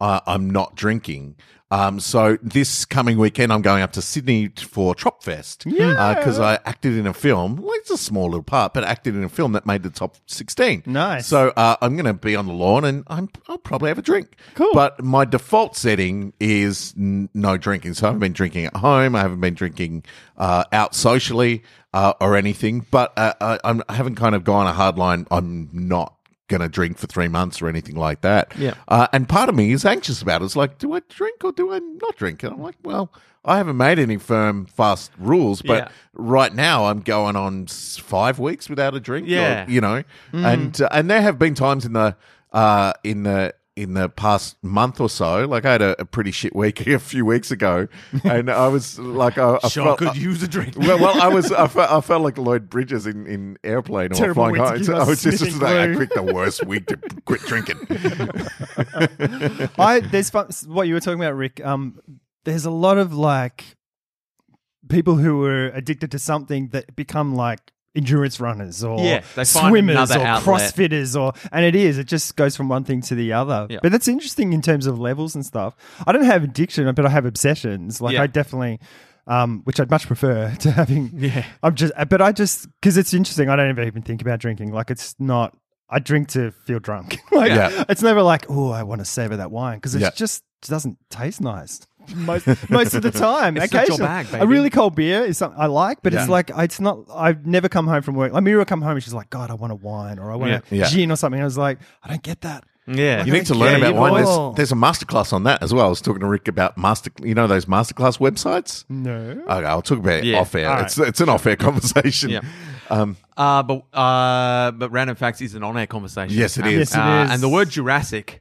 Uh, I'm not drinking. Um, so this coming weekend, I'm going up to Sydney t- for Tropfest. Yeah, because I acted in a film. Like it's a small little part, but acted in a film that made the top 16.
Nice.
So uh, I'm going to be on the lawn, and I'm, I'll probably have a drink. Cool. But my default setting is n- no drinking. So I haven't been drinking at home. I haven't been drinking uh, out socially uh, or anything. But uh, I, I'm, I haven't kind of gone a hard line. I'm not going to drink for three months or anything like that.
Yeah.
Uh, and part of me is anxious about it. It's like, do I drink or do I not drink? And I'm like, well, I haven't made any firm, fast rules, but
Yeah.
right now I'm going on s- five weeks without a drink. or,
Yeah.
you know,
Mm.
and uh, and there have been times in the uh, in the in the past month or so, like I had a, a pretty shit week [laughs] a few weeks ago, and I was like, I, I
Sure,
felt- uh,
could use
[laughs]
a drink.
well, well, I was I, fe- I felt like Lloyd Bridges in, in airplane or
Terrible
flying
way to
high.
give
So
us
I was just,
sniffing
just like, I
glue.
picked the worst week to quit
[laughs]
drinking.
I there's fun, what you were talking about, Rick. Um, there's a lot of like people who were addicted to something that become like endurance runners or
Yeah, they find
swimmers
another
or
outlet.
crossfitters or and it is it just goes from one thing to the other
Yeah.
but that's interesting in terms of levels and stuff i don't have addiction but i have obsessions like
Yeah.
i definitely um, which i'd much prefer [laughs] to having
Yeah.
i'm just but i just because it's interesting i don't ever even think about drinking like it's not i drink to feel drunk [laughs] like
Yeah.
it's never like, oh, I want to savor that wine because it
Yeah.
just doesn't taste nice. Most, [laughs] most of the time,
It's not your
occasionally,
bag,
a
baby.
really cold beer is something I like, but
Yeah.
it's like it's not. I've never come home from work. Like Mira will come home and she's like, God, I want a wine or I want a
Yeah. Yeah.
gin or something. I was like, I don't get that.
Yeah.
You need to
[laughs] Yeah,
learn about
you've
wine.
all-
There's, there's a masterclass on that as well. I was talking to Rick about master. You know those masterclass websites?
No,
Okay, I'll talk about it
Yeah,
off air.
Mm. all right.
It's it's an off air conversation.
Yeah.
Um,
Uh, but uh, but random facts is an on-air conversation.
Yes, it is. Mm.
Yes, it
Uh,
is.
And the word Jurassic.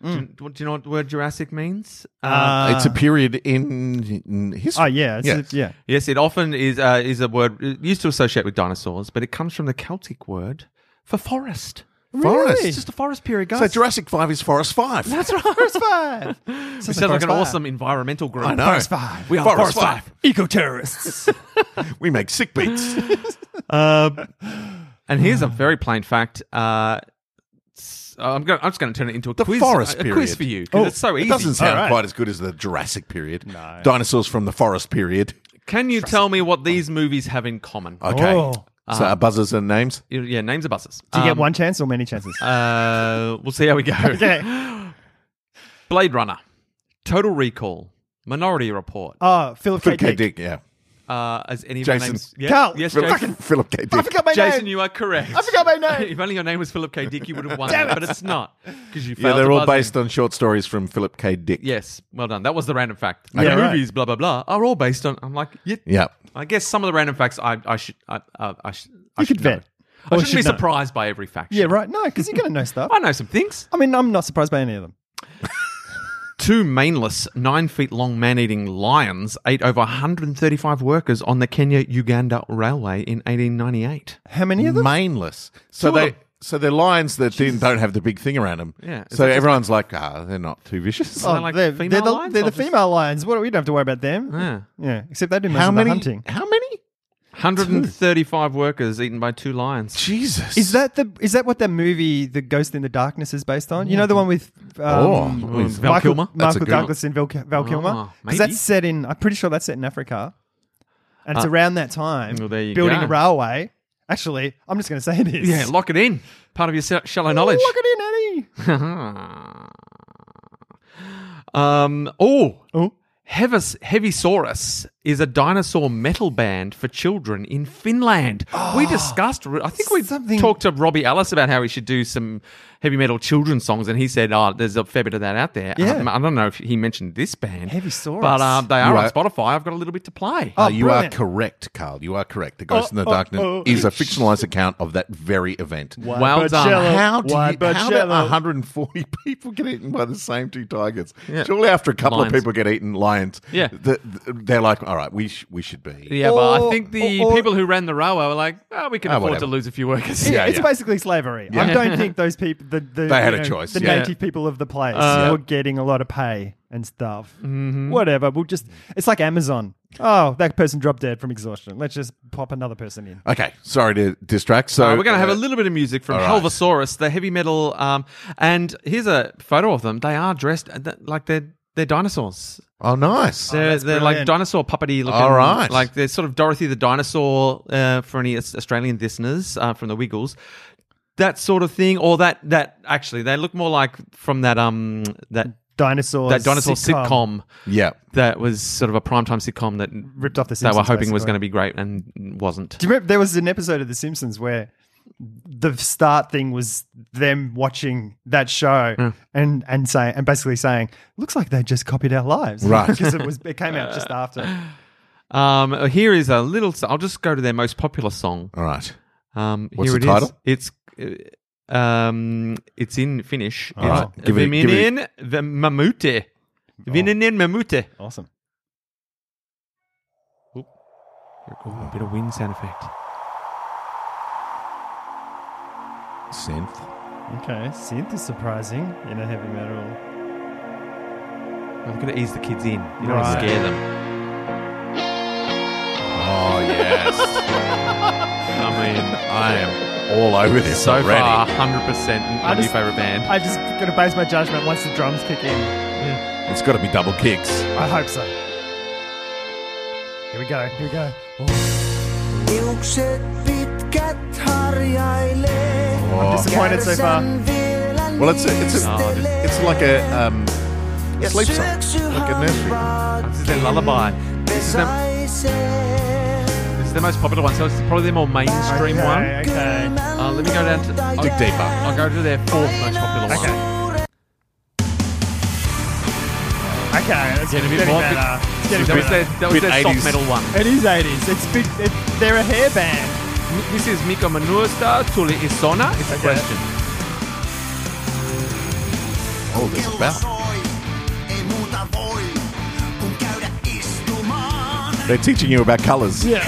Do, you, do you know what the word Jurassic means? Uh,
it's a period in, in history.
oh yeah, it's
Yeah.
a- yeah.
yes, it often is uh, is a word it used to associate with dinosaurs, but it comes from the Celtic word for forest.
Forest.
It's just a forest period, guys.
so Jurassic Five is Forest Five.
That's right.
Forest Five. Sounds
It sounds like
Forest
an
Five.
awesome environmental group.
I know.
Forest Five.
We are
Forest
Forest, Five.
Five.
Eco
[laughs]
terrorists.
We make sick
[laughs]
beats.
Um, And here's a very plain fact. Uh, s- uh, I'm, go- I'm just going to turn it into a
The
quiz.
forest
a, a
period. Oh,
quiz for you because it's so
It
easy.
doesn't sound
All right.
quite as good as the Jurassic period. Dinosaurs from the Forest period.
Can you tell me what these movies have in common?
Okay.
Oh.
So our buzzers and names.
You- Yeah, names of buses.
Do you get
Um,
one chance or many chances?
Uh, we'll see
[laughs]
how we go. Blade Runner, Total Recall, Minority Report.
oh, Philip K.
Philip K.
Dick.
Dick. Yeah.
Uh, as any of
Jason.
your names? Yeah,
Cal.
yes,
Philip,
Jason.
Philip K.
I
Dick.
forgot my
Jason,
name.
you are correct.
I
[laughs]
forgot my name.
if only your name was Philip K. Dick, you would have won.
Damn it.
But it's not because you
[laughs] Yeah,
failed.
they're
to
all
buzz in.
based on short stories from Philip K. Dick.
Yes, well done. That was the random fact.
Yeah,
the
right.
movies, blah blah blah, are all based on. I'm like, yeah.
Yeah.
I guess some of the random facts I, I should I, uh, I should I
You
should
could
know.
vet.
I
Or
shouldn't be
should know.
surprised by every fact.
Yeah,
should I?
right. No, because you're gonna know stuff.
[laughs] I know some things.
I mean, I'm not surprised by any of them.
Two maneless, nine feet long man eating lions ate over 135 workers on the Kenya Uganda Railway in 1898.
How many of them?
Mainless. So
Two of
they.
them.
So they're lions that didn't, don't have the big thing around them.
Yeah. Is
So
that just
everyone's like, ah, they're not too vicious.
Oh, they're like
they're,
female
they're the,
lions
they're the
or just-
female lions. What we don't have to worry about them.
Yeah.
Yeah, except they do most
how
of
many?
the hunting.
How many?
135 workers eaten by two lions.
Jesus.
Is that the is that what that movie, The Ghost in the Darkness, is based on? You know the one with um,
Oh, with
Val
Michael,
Kilmer?
That's a good
Michael
one.
Douglas and Val, Val Kilmer?
Oh,
'Cause
maybe.
that's set in. I'm pretty sure that's set in Africa, and it's around that time.
Uh, Well, there you
building
go.
a railway. Actually, I'm just going to say this.
Yeah, lock it in. Part of your se- shallow knowledge.
Look it in, Eddie.
um, oh,
Oh.
Hevis, Heavisaurus is a dinosaur metal band for children in Finland. we discussed, I think we
Ah, Something-
talked to Robbie Ellis about how he should do some heavy metal children's songs, and he said, Oh, there's a fair bit of that out there.
Yeah.
Um, I don't know if he mentioned this band.
Heavisaurus.
But um, they are
You
on
are-
Spotify. I've got a little bit to play.
Uh,
Oh,
you
brilliant.
are correct, Carl. You are correct. The Ghost in the
oh,
Darkness
oh.
is a fictionalized account of that very event.
Well done.
How do, you,
Why, but
how do
uh,
shallow.
140 [laughs] people get eaten by the same two tigers?
Yeah.
Surely, after a couple
Lions.
of people get eaten, lions.
Yeah.
th- th- they're like, all right, we sh- we should be.
Yeah, but I
Or-
think the
or- or-
people who ran the railway were like, oh, we can
Ah,
afford
whatever.
to lose a few workers.
Yeah, it's
yeah.
basically slavery. I don't think those people, the, the
They had
you
a choice,
the
yeah.
native people of the place, were getting a lot of pay. and stuff. Whatever. We'll just, it's like Amazon. Oh, that person dropped dead from exhaustion. Let's just pop another person in.
Okay, sorry to distract. So
Uh, we're going to have
uh,
a little bit of music from
all right.
Helvosaurus, the heavy metal. Um, and here's a photo of them. They are dressed uh, th- like they're they're dinosaurs.
Oh, nice.
They're,
that's
they're like
brilliant.
dinosaur puppety looking.
All right.
Like they're sort of Dorothy the dinosaur uh, for any Aus- Australian listeners uh, from the Wiggles. That sort of thing, or that that actually they look more like from that um that
Dinosaur.
that dinosaur sitcom.
yeah.
that was sort of a primetime sitcom that
Ripped off The
they were
Simpsons,
hoping was
basically.
going to be great and wasn't.
Do you remember there was an episode of The Simpsons where the start thing was them watching that show and and saying and basically saying looks like they just copied our lives [laughs]
Right.
because it was it came out just after
Um, here is a little. I'll just go to their most popular song.
All right.
Um,
What's
here
the
it is.
title?
It's uh, um, it's in Finnish.
right.
It's
Give it- give it- Oh.
Viminen Mamute. Viminen Mamute.
awesome
A bit of wind sound effect.
Synth.
okay synth is surprising in a heavy metal
I've got to ease the kids in. You don't want
Right.
to scare them.
Oh yes.
[laughs]
I mean, I am all over this
So
already.
far, hundred percent my
I
new
just-
favorite band.
I'm just gonna base my judgment once the drums kick in
It's got to be double kicks.
I hope so here we go here we go
Hiukset pitkät harjailee.
Oh.
disappointed so far
Well, it's a, it's a,
Oh, this-
it's like a um a sleep song, like a nursery.
This is their lullaby. This is their, this is their most popular one, so it's probably their more mainstream one.
okay, okay.
Uh, let me go down to I'll,
Dig deeper.
I'll go to their fourth most popular one.
Okay. Okay, that's
Getting a bit
getting
more-
better. It's getting
That was
better.
their, that was
Bit
their soft
80s.
metal one.
It is 80s. It's big. It, they're a hair band.
M- This is Mika Manursta, Tuli Isona. It's a
Okay.
question.
Oh, there's a bell. [laughs] They're teaching you about colours.
Yeah.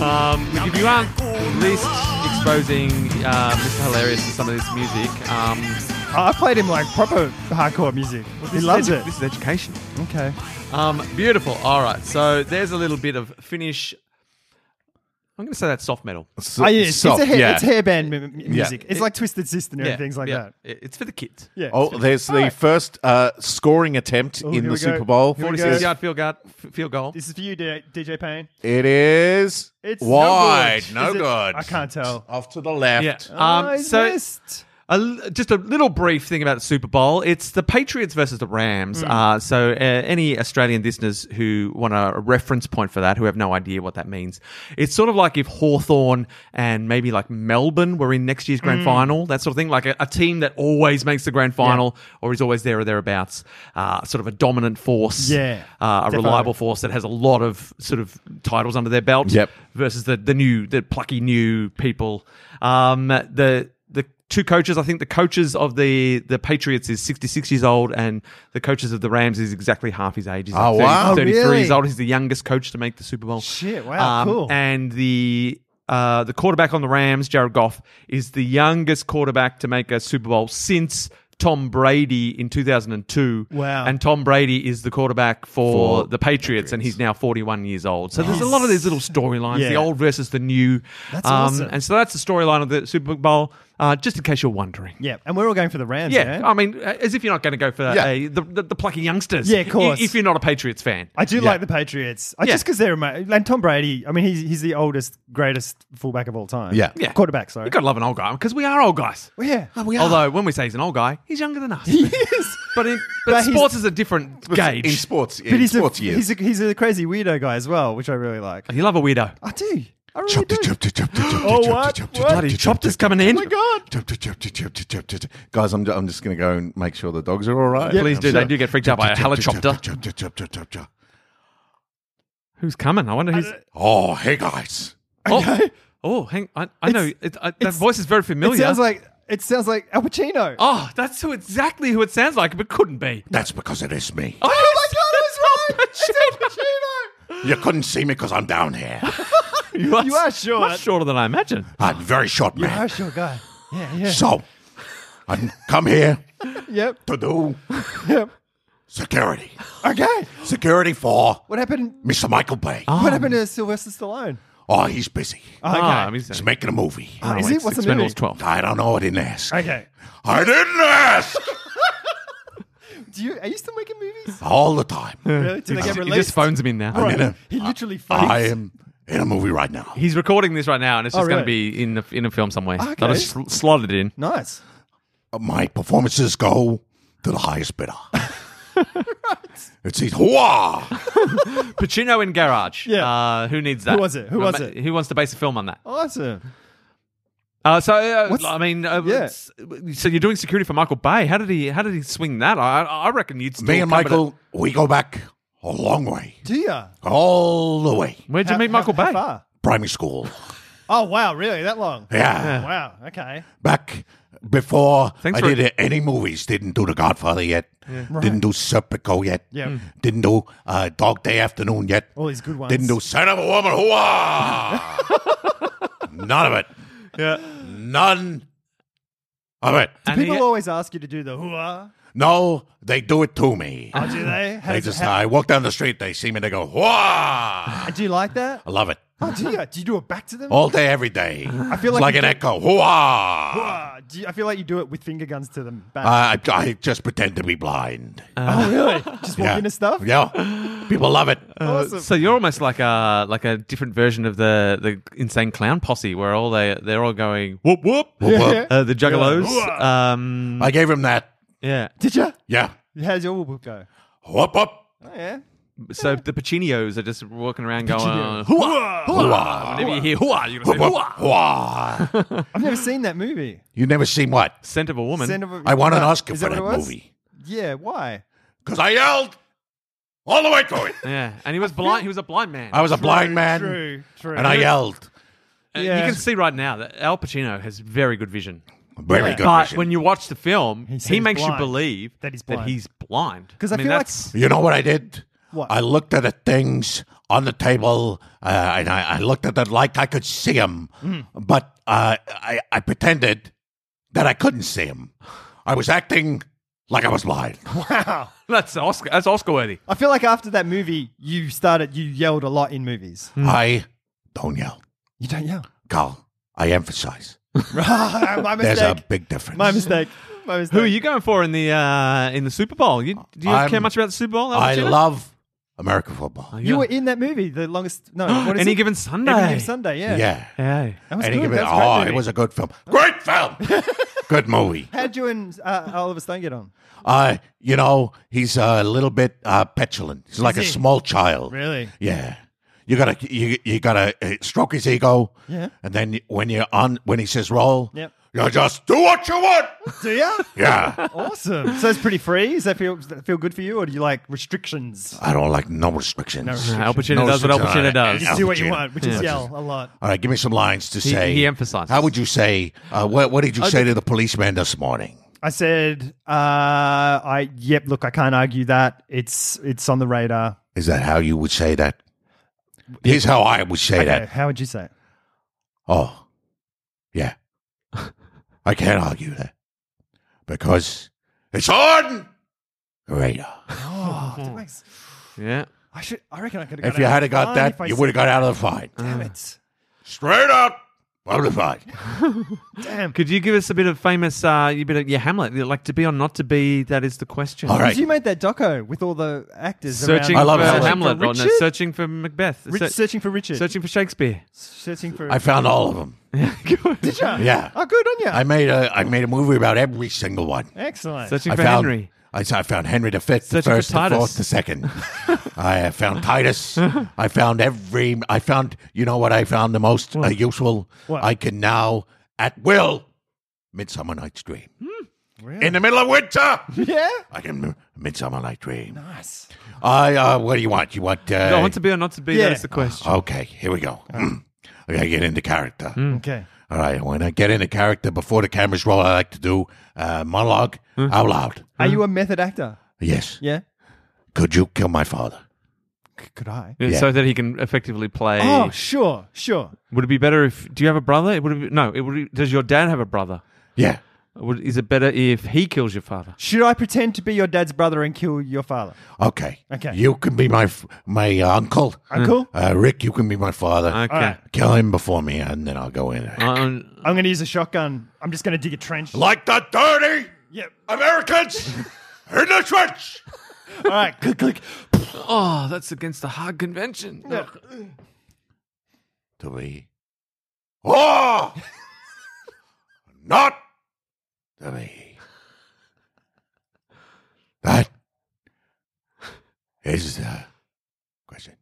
Um, if you aren't at least exposing uh, Mr. Hilarious to some of this music, um,
I played him like proper hardcore music. He loves
this,
it.
is edu- This is education.
Okay.
Um, beautiful. All right. So there's a little bit of Finnish. I'm going to say that's soft metal.
So-
Oh, yeah, it's,
soft,
it's, a hair,
yeah.
it's hair band mu- mu- music. It's
It-
like Twisted Sister and things like
yeah.
that.
It- It's for the kids.
Yeah.
Oh, there's the
Alright.
first uh, scoring attempt
Ooh, Oh, here
in the
we go.
Super Bowl.
Here we
46
go.
yard field, guard, f- field goal.
This is for you, D- DJ Payne.
It is
It's no
wide,
good.
no
Is
good.
it- I can't tell.
Off to the left.
Yeah.
oh,
Um,
he's
so
missed.
a l just a little brief thing about the Super Bowl. It's the Patriots versus the Rams. Uh, so uh, any Australian listeners who want a reference point for that, who have no idea what that means, it's sort of like if Hawthorn and maybe like Melbourne were in next year's grand final, that sort of thing. Like a, a team that always makes the grand final or is always there or thereabouts. Uh, sort of a dominant force.
Yeah.
Uh, a
Definitely.
reliable force that has a lot of sort of titles under their belt
Yep.
versus the the new the plucky new people. Um, the the two coaches, I think the coaches of the the Patriots is sixty six years old, and the coaches of the Rams is exactly half his age. He's
Oh, wow.
thirty three
Oh, really?
years old. He's the youngest coach to make the Super Bowl. Um,
Shit, wow, cool.
And the. Uh, the quarterback on the Rams, Jared Goff, is the youngest quarterback to make a Super Bowl since Tom Brady in 2002.
Wow.
And Tom Brady is the quarterback for,
For
the Patriots, and he's now 41 years old. So there's a lot of these little storylines,
Yeah.
the old versus the new. Um,
That's awesome.
And so that's the storyline of the Super Bowl, uh, just in case you're wondering.
Yeah, and we're all going for the Rams.
Yeah,
Yeah. Oh,
I mean, uh, as if you're not going to go for
Yeah.
a, the, the the plucky youngsters.
Yeah, of course.
i- If you're not a Patriots fan,
I do like the Patriots. I,
Yeah.
Just because they're ama- and Tom Brady. I mean, he's he's the oldest, greatest fullback of all time.
Yeah. Oh,
Yeah.
quarterback. Sorry.
you got to love an old guy because we are old guys.
yeah.
Although when we say he's an old guy, he's younger than us.
he
[laughs]
is.
But in, but,
But he's-
sports is a different
In
gauge.
sports, in
But he's a,
sports years.
he's, a, he's a crazy weirdo guy as well, which I really like.
you love a weirdo.
I do. I really
Chop,
do.
chop, chop, chop, chop, chop,
[gasps] Oh,
chop,
what?
chop,
What?
chop,
Bloody
chop,
chopped
chop,
is coming in.
Oh my god.
chop, chop, chop, chop, chop, chop, chop, chop. Guys, I'm, I'm just going to go and make sure the dogs are all right.
Yeah,
Please do. They do get freaked out by
[laughs]
a helicopter.
helicopter.
Who's coming? I wonder who's.
Oh, hey guys.
Oh, oh, hang. I, I know
It's-
it, I, that
it's-
voice is very
It
familiar.
sounds like it sounds like Al Pacino.
Oh, that's who exactly who it sounds like, but couldn't be.
That's because it is me.
Oh, my God, it was
You couldn't see me because I'm down here.
You are,
You are short.
much shorter than I imagined.
Oh, [laughs]
I'm a very short man.
How's your guy? Yeah, yeah.
So, I'm come here
Yep.
to do
Yep.
security.
Okay.
Security for
What happened?
Mr. Michael Bay.
What happened to Sylvester Stallone?
Oh, he's busy.
Ah, he's-
He's making a movie.
Oh, is it? What's the movie?
Expendables 12.
I don't know. I didn't ask.
Okay.
I didn't ask
Do you are you still making movies?
all the time.
Really? Do they
He
get
just-
released?
He just phones him in now.
I'm in a,
He literally phones.
I am in a movie right now.
He's recording this right now, and it's
Oh,
just going to
really?
be in the in a film somewhere.
Okay.
They'll just sl- slot it in.
Nice.
My performances go to the highest bidder. It's these hua.
Pacino in Garage.
Yeah.
Uh, who needs that?
Who was it? Who
Ma-
was it?
Who wants to base a film on that?
Awesome.
Uh, so uh,
What's-
I mean, uh,
Yeah.
it's- so you're doing security for Michael Bay. How did he? How did he swing that? I, I reckon you'd. Still
Me and
come at
Michael, we go back a long way,
Do ya?
all the way.
it. Where'd you
How-
meet Michael
how- how
Bay?
far?
Primary school.
Oh wow, really? That long?
Yeah.
Wow. Okay.
Back before
Thanks
I
for-
did any movies. Didn't do The Godfather yet. Didn't do Serpico yet. Hmm.
Yeah. Oh, Mm.
Didn't do uh, Dog Day Afternoon yet.
All these good ones.
Didn't do Son of a Woman. Hua. None of it. Yeah. None of it.
And
People
he-
always ask you to do the hua.
No, they do it to me.
Oh, do they?
[laughs]
How
They
does-
just,
how-
I walk down the street, they see me, they go, Hua!
do you like that?
I love it.
Oh, do you? Do you do it back to them?
All day, every day. I
feel
it's
like
like
you
an echo. Hua!
Ah, do you- I feel like you do it with finger guns to them. Back.
I, I just pretend to be blind. [laughs]
oh, really? Just walk
yeah.
into stuff.
Yeah. People love it.
Awesome.
So you're almost like a like a different version of the the insane clown posse, where all they they're all going whoop whoop.
Whoop, whoop.
Yeah.
Uh, the juggalos.
Whoa.
Um,
I gave him that.
yeah.
Did you?
Yeah.
How's your whoop whoop go?
Whoop, whoop.
Oh, yeah.
So the Pacinios are just walking around going,
Pacinios.
hooah,
Hooah.
Whenever you hear hooah, you're going
Whoop,
to say,
whoop.
hooah.
Hua.
I've never seen that movie.
You've never seen what?
Scent of a woman.
Send over-
I won an
Uh,
Oscar
is
for
what
that
it was?
movie.
Yeah. Why?
Because I yelled all the way through it.
yeah. And he was blind. He was a blind man.
I was a blind man,
True. True.
and I yelled.
Uh,
Yeah.
You can see right now that Al Pacino has very good vision.
Very good.
but
vision.
when you watch the film,
He
he,
seems
makes
blind.
you believe
That he's blind.
blind.
'Cause I
mean,
feel like-
that's,
You know what I did?
What?
I looked at the things on the table, uh, and I, I looked at it like I could see them,
Hmm.
but uh, I, I pretended that I couldn't see them. I was acting like I was blind.
Wow.
that's Oscar. That's Oscar worthy.
I feel like after that movie, you started. You yelled a lot in movies.
Hmm.
I don't yell,
You don't
[laughs]
yell.
Carl. I emphasize.
My
There's
mistake.
a big difference.
My mistake. My mistake.
Who are you going for in the uh, in the Super Bowl? You, do you
I'm-
care much about the Super Bowl? Al
I
Pacino?
love American football.
You were in that movie, the longest. No, what is
[gasps] Any
it?
given Sunday.
Any given Sunday. Yeah.
Yeah.
Yeah.
That was
Any
good.
given-
That was a great
oh, it
movie.
was a good film. Great
[laughs]
film. good movie.
How'd you and uh, Oliver Stone get on?
Uh, you know, he's a little bit uh, petulant. He's like
Is
a
he?
small child.
Really?
Yeah. You gotta you you gotta uh, stroke his ego.
Yeah.
And then you- when you're on when he says roll,
Yep.
you just do what you
[laughs]
want.
Do ya?
yeah.
awesome. So it's pretty free. Does that feel does that feel good for you, or do you like restrictions?
I don't like no restrictions.
No restrictions.
Al Pacino
No
does what Al
restriction.
Pacino
Uh,
does.
You just do what you
Al Pacino.
want, which is
Yeah.
yell a lot.
All right, give me some lines to say.
he emphasizes.
How would you say? Uh, what What did you say to the policeman this morning?
I said, uh, I yep. Look, I can't argue that. It's it's on the radar.
Is that how you would say that? Here's how I would say
Okay,
that.
how would you say? It?
Oh, yeah. [laughs] I can't argue that because it's on the radar.
Oh,
Hmm.
that makes-
Yeah.
I should. I reckon I could.
If you had have got that, you would have got out of the fight.
Damn it!
Straight up out of the fight.
Damn.
Could you give us a bit of famous, uh, you bit of your Hamlet, like to be or not to be? That is the question.
All right.
Because you made that doco with all the actors
Searching
I
around.
love
for
Hamlet.
Hamlet, or no,
Richard?
searching for Macbeth,
Rich-
Se-
searching for Richard.
searching for Shakespeare.
searching for.
I found all of them.
Did you?
Yeah.
[laughs] Oh, good on you.
I made a I made a movie about every single one.
Excellent.
[laughs] Searching
I
for
found
Henry.
I, I found Henry the Fifth, the
Searching for
first, the
Titus.
fourth, the second. I uh, found Titus. I found every. I found. You know what I found the most uh, useful.
What?
I can now at will, Midsummer Night's Dream.
Really?
In the middle of winter,
yeah.
I can Midsummer Night Dream.
Nice.
I. Uh, what do you want? You want? Uh,
I want to be or not to be.
Yeah.
That is the question.
Okay, here we go.
Uh.
[clears throat] I gotta get into character.
Okay.
All right, when I get into character before the cameras roll, I like to do uh, monologue out loud.
Hmm.
Are you a method actor?
Yes.
Hmm. Yeah.
Could you kill my father?
Could I?
Yeah,
Yeah.
So that he can effectively play.
Oh, sure, sure.
Would it be better if? Do you have a brother? It would. Be, no. It would. Be, does your dad have a brother?
Yeah.
Would- Is it better if he kills your father?
Should I pretend to be your dad's brother and kill your father?
Okay.
Okay.
You can be my f- my uncle.
Uncle?
Uh, Rick, you can be my father.
Okay.
right.
Kill him before me, and then I'll go in.
Uh.
Um,
I'm going to use a shotgun. I'm just going to dig a trench.
like the dirty
Yep. [laughs]
Americans in the trench.
All right. Click, click.
oh, that's against the
[laughs]
Hague Convention.
Oh,
To be or [laughs] not to be. That is the question.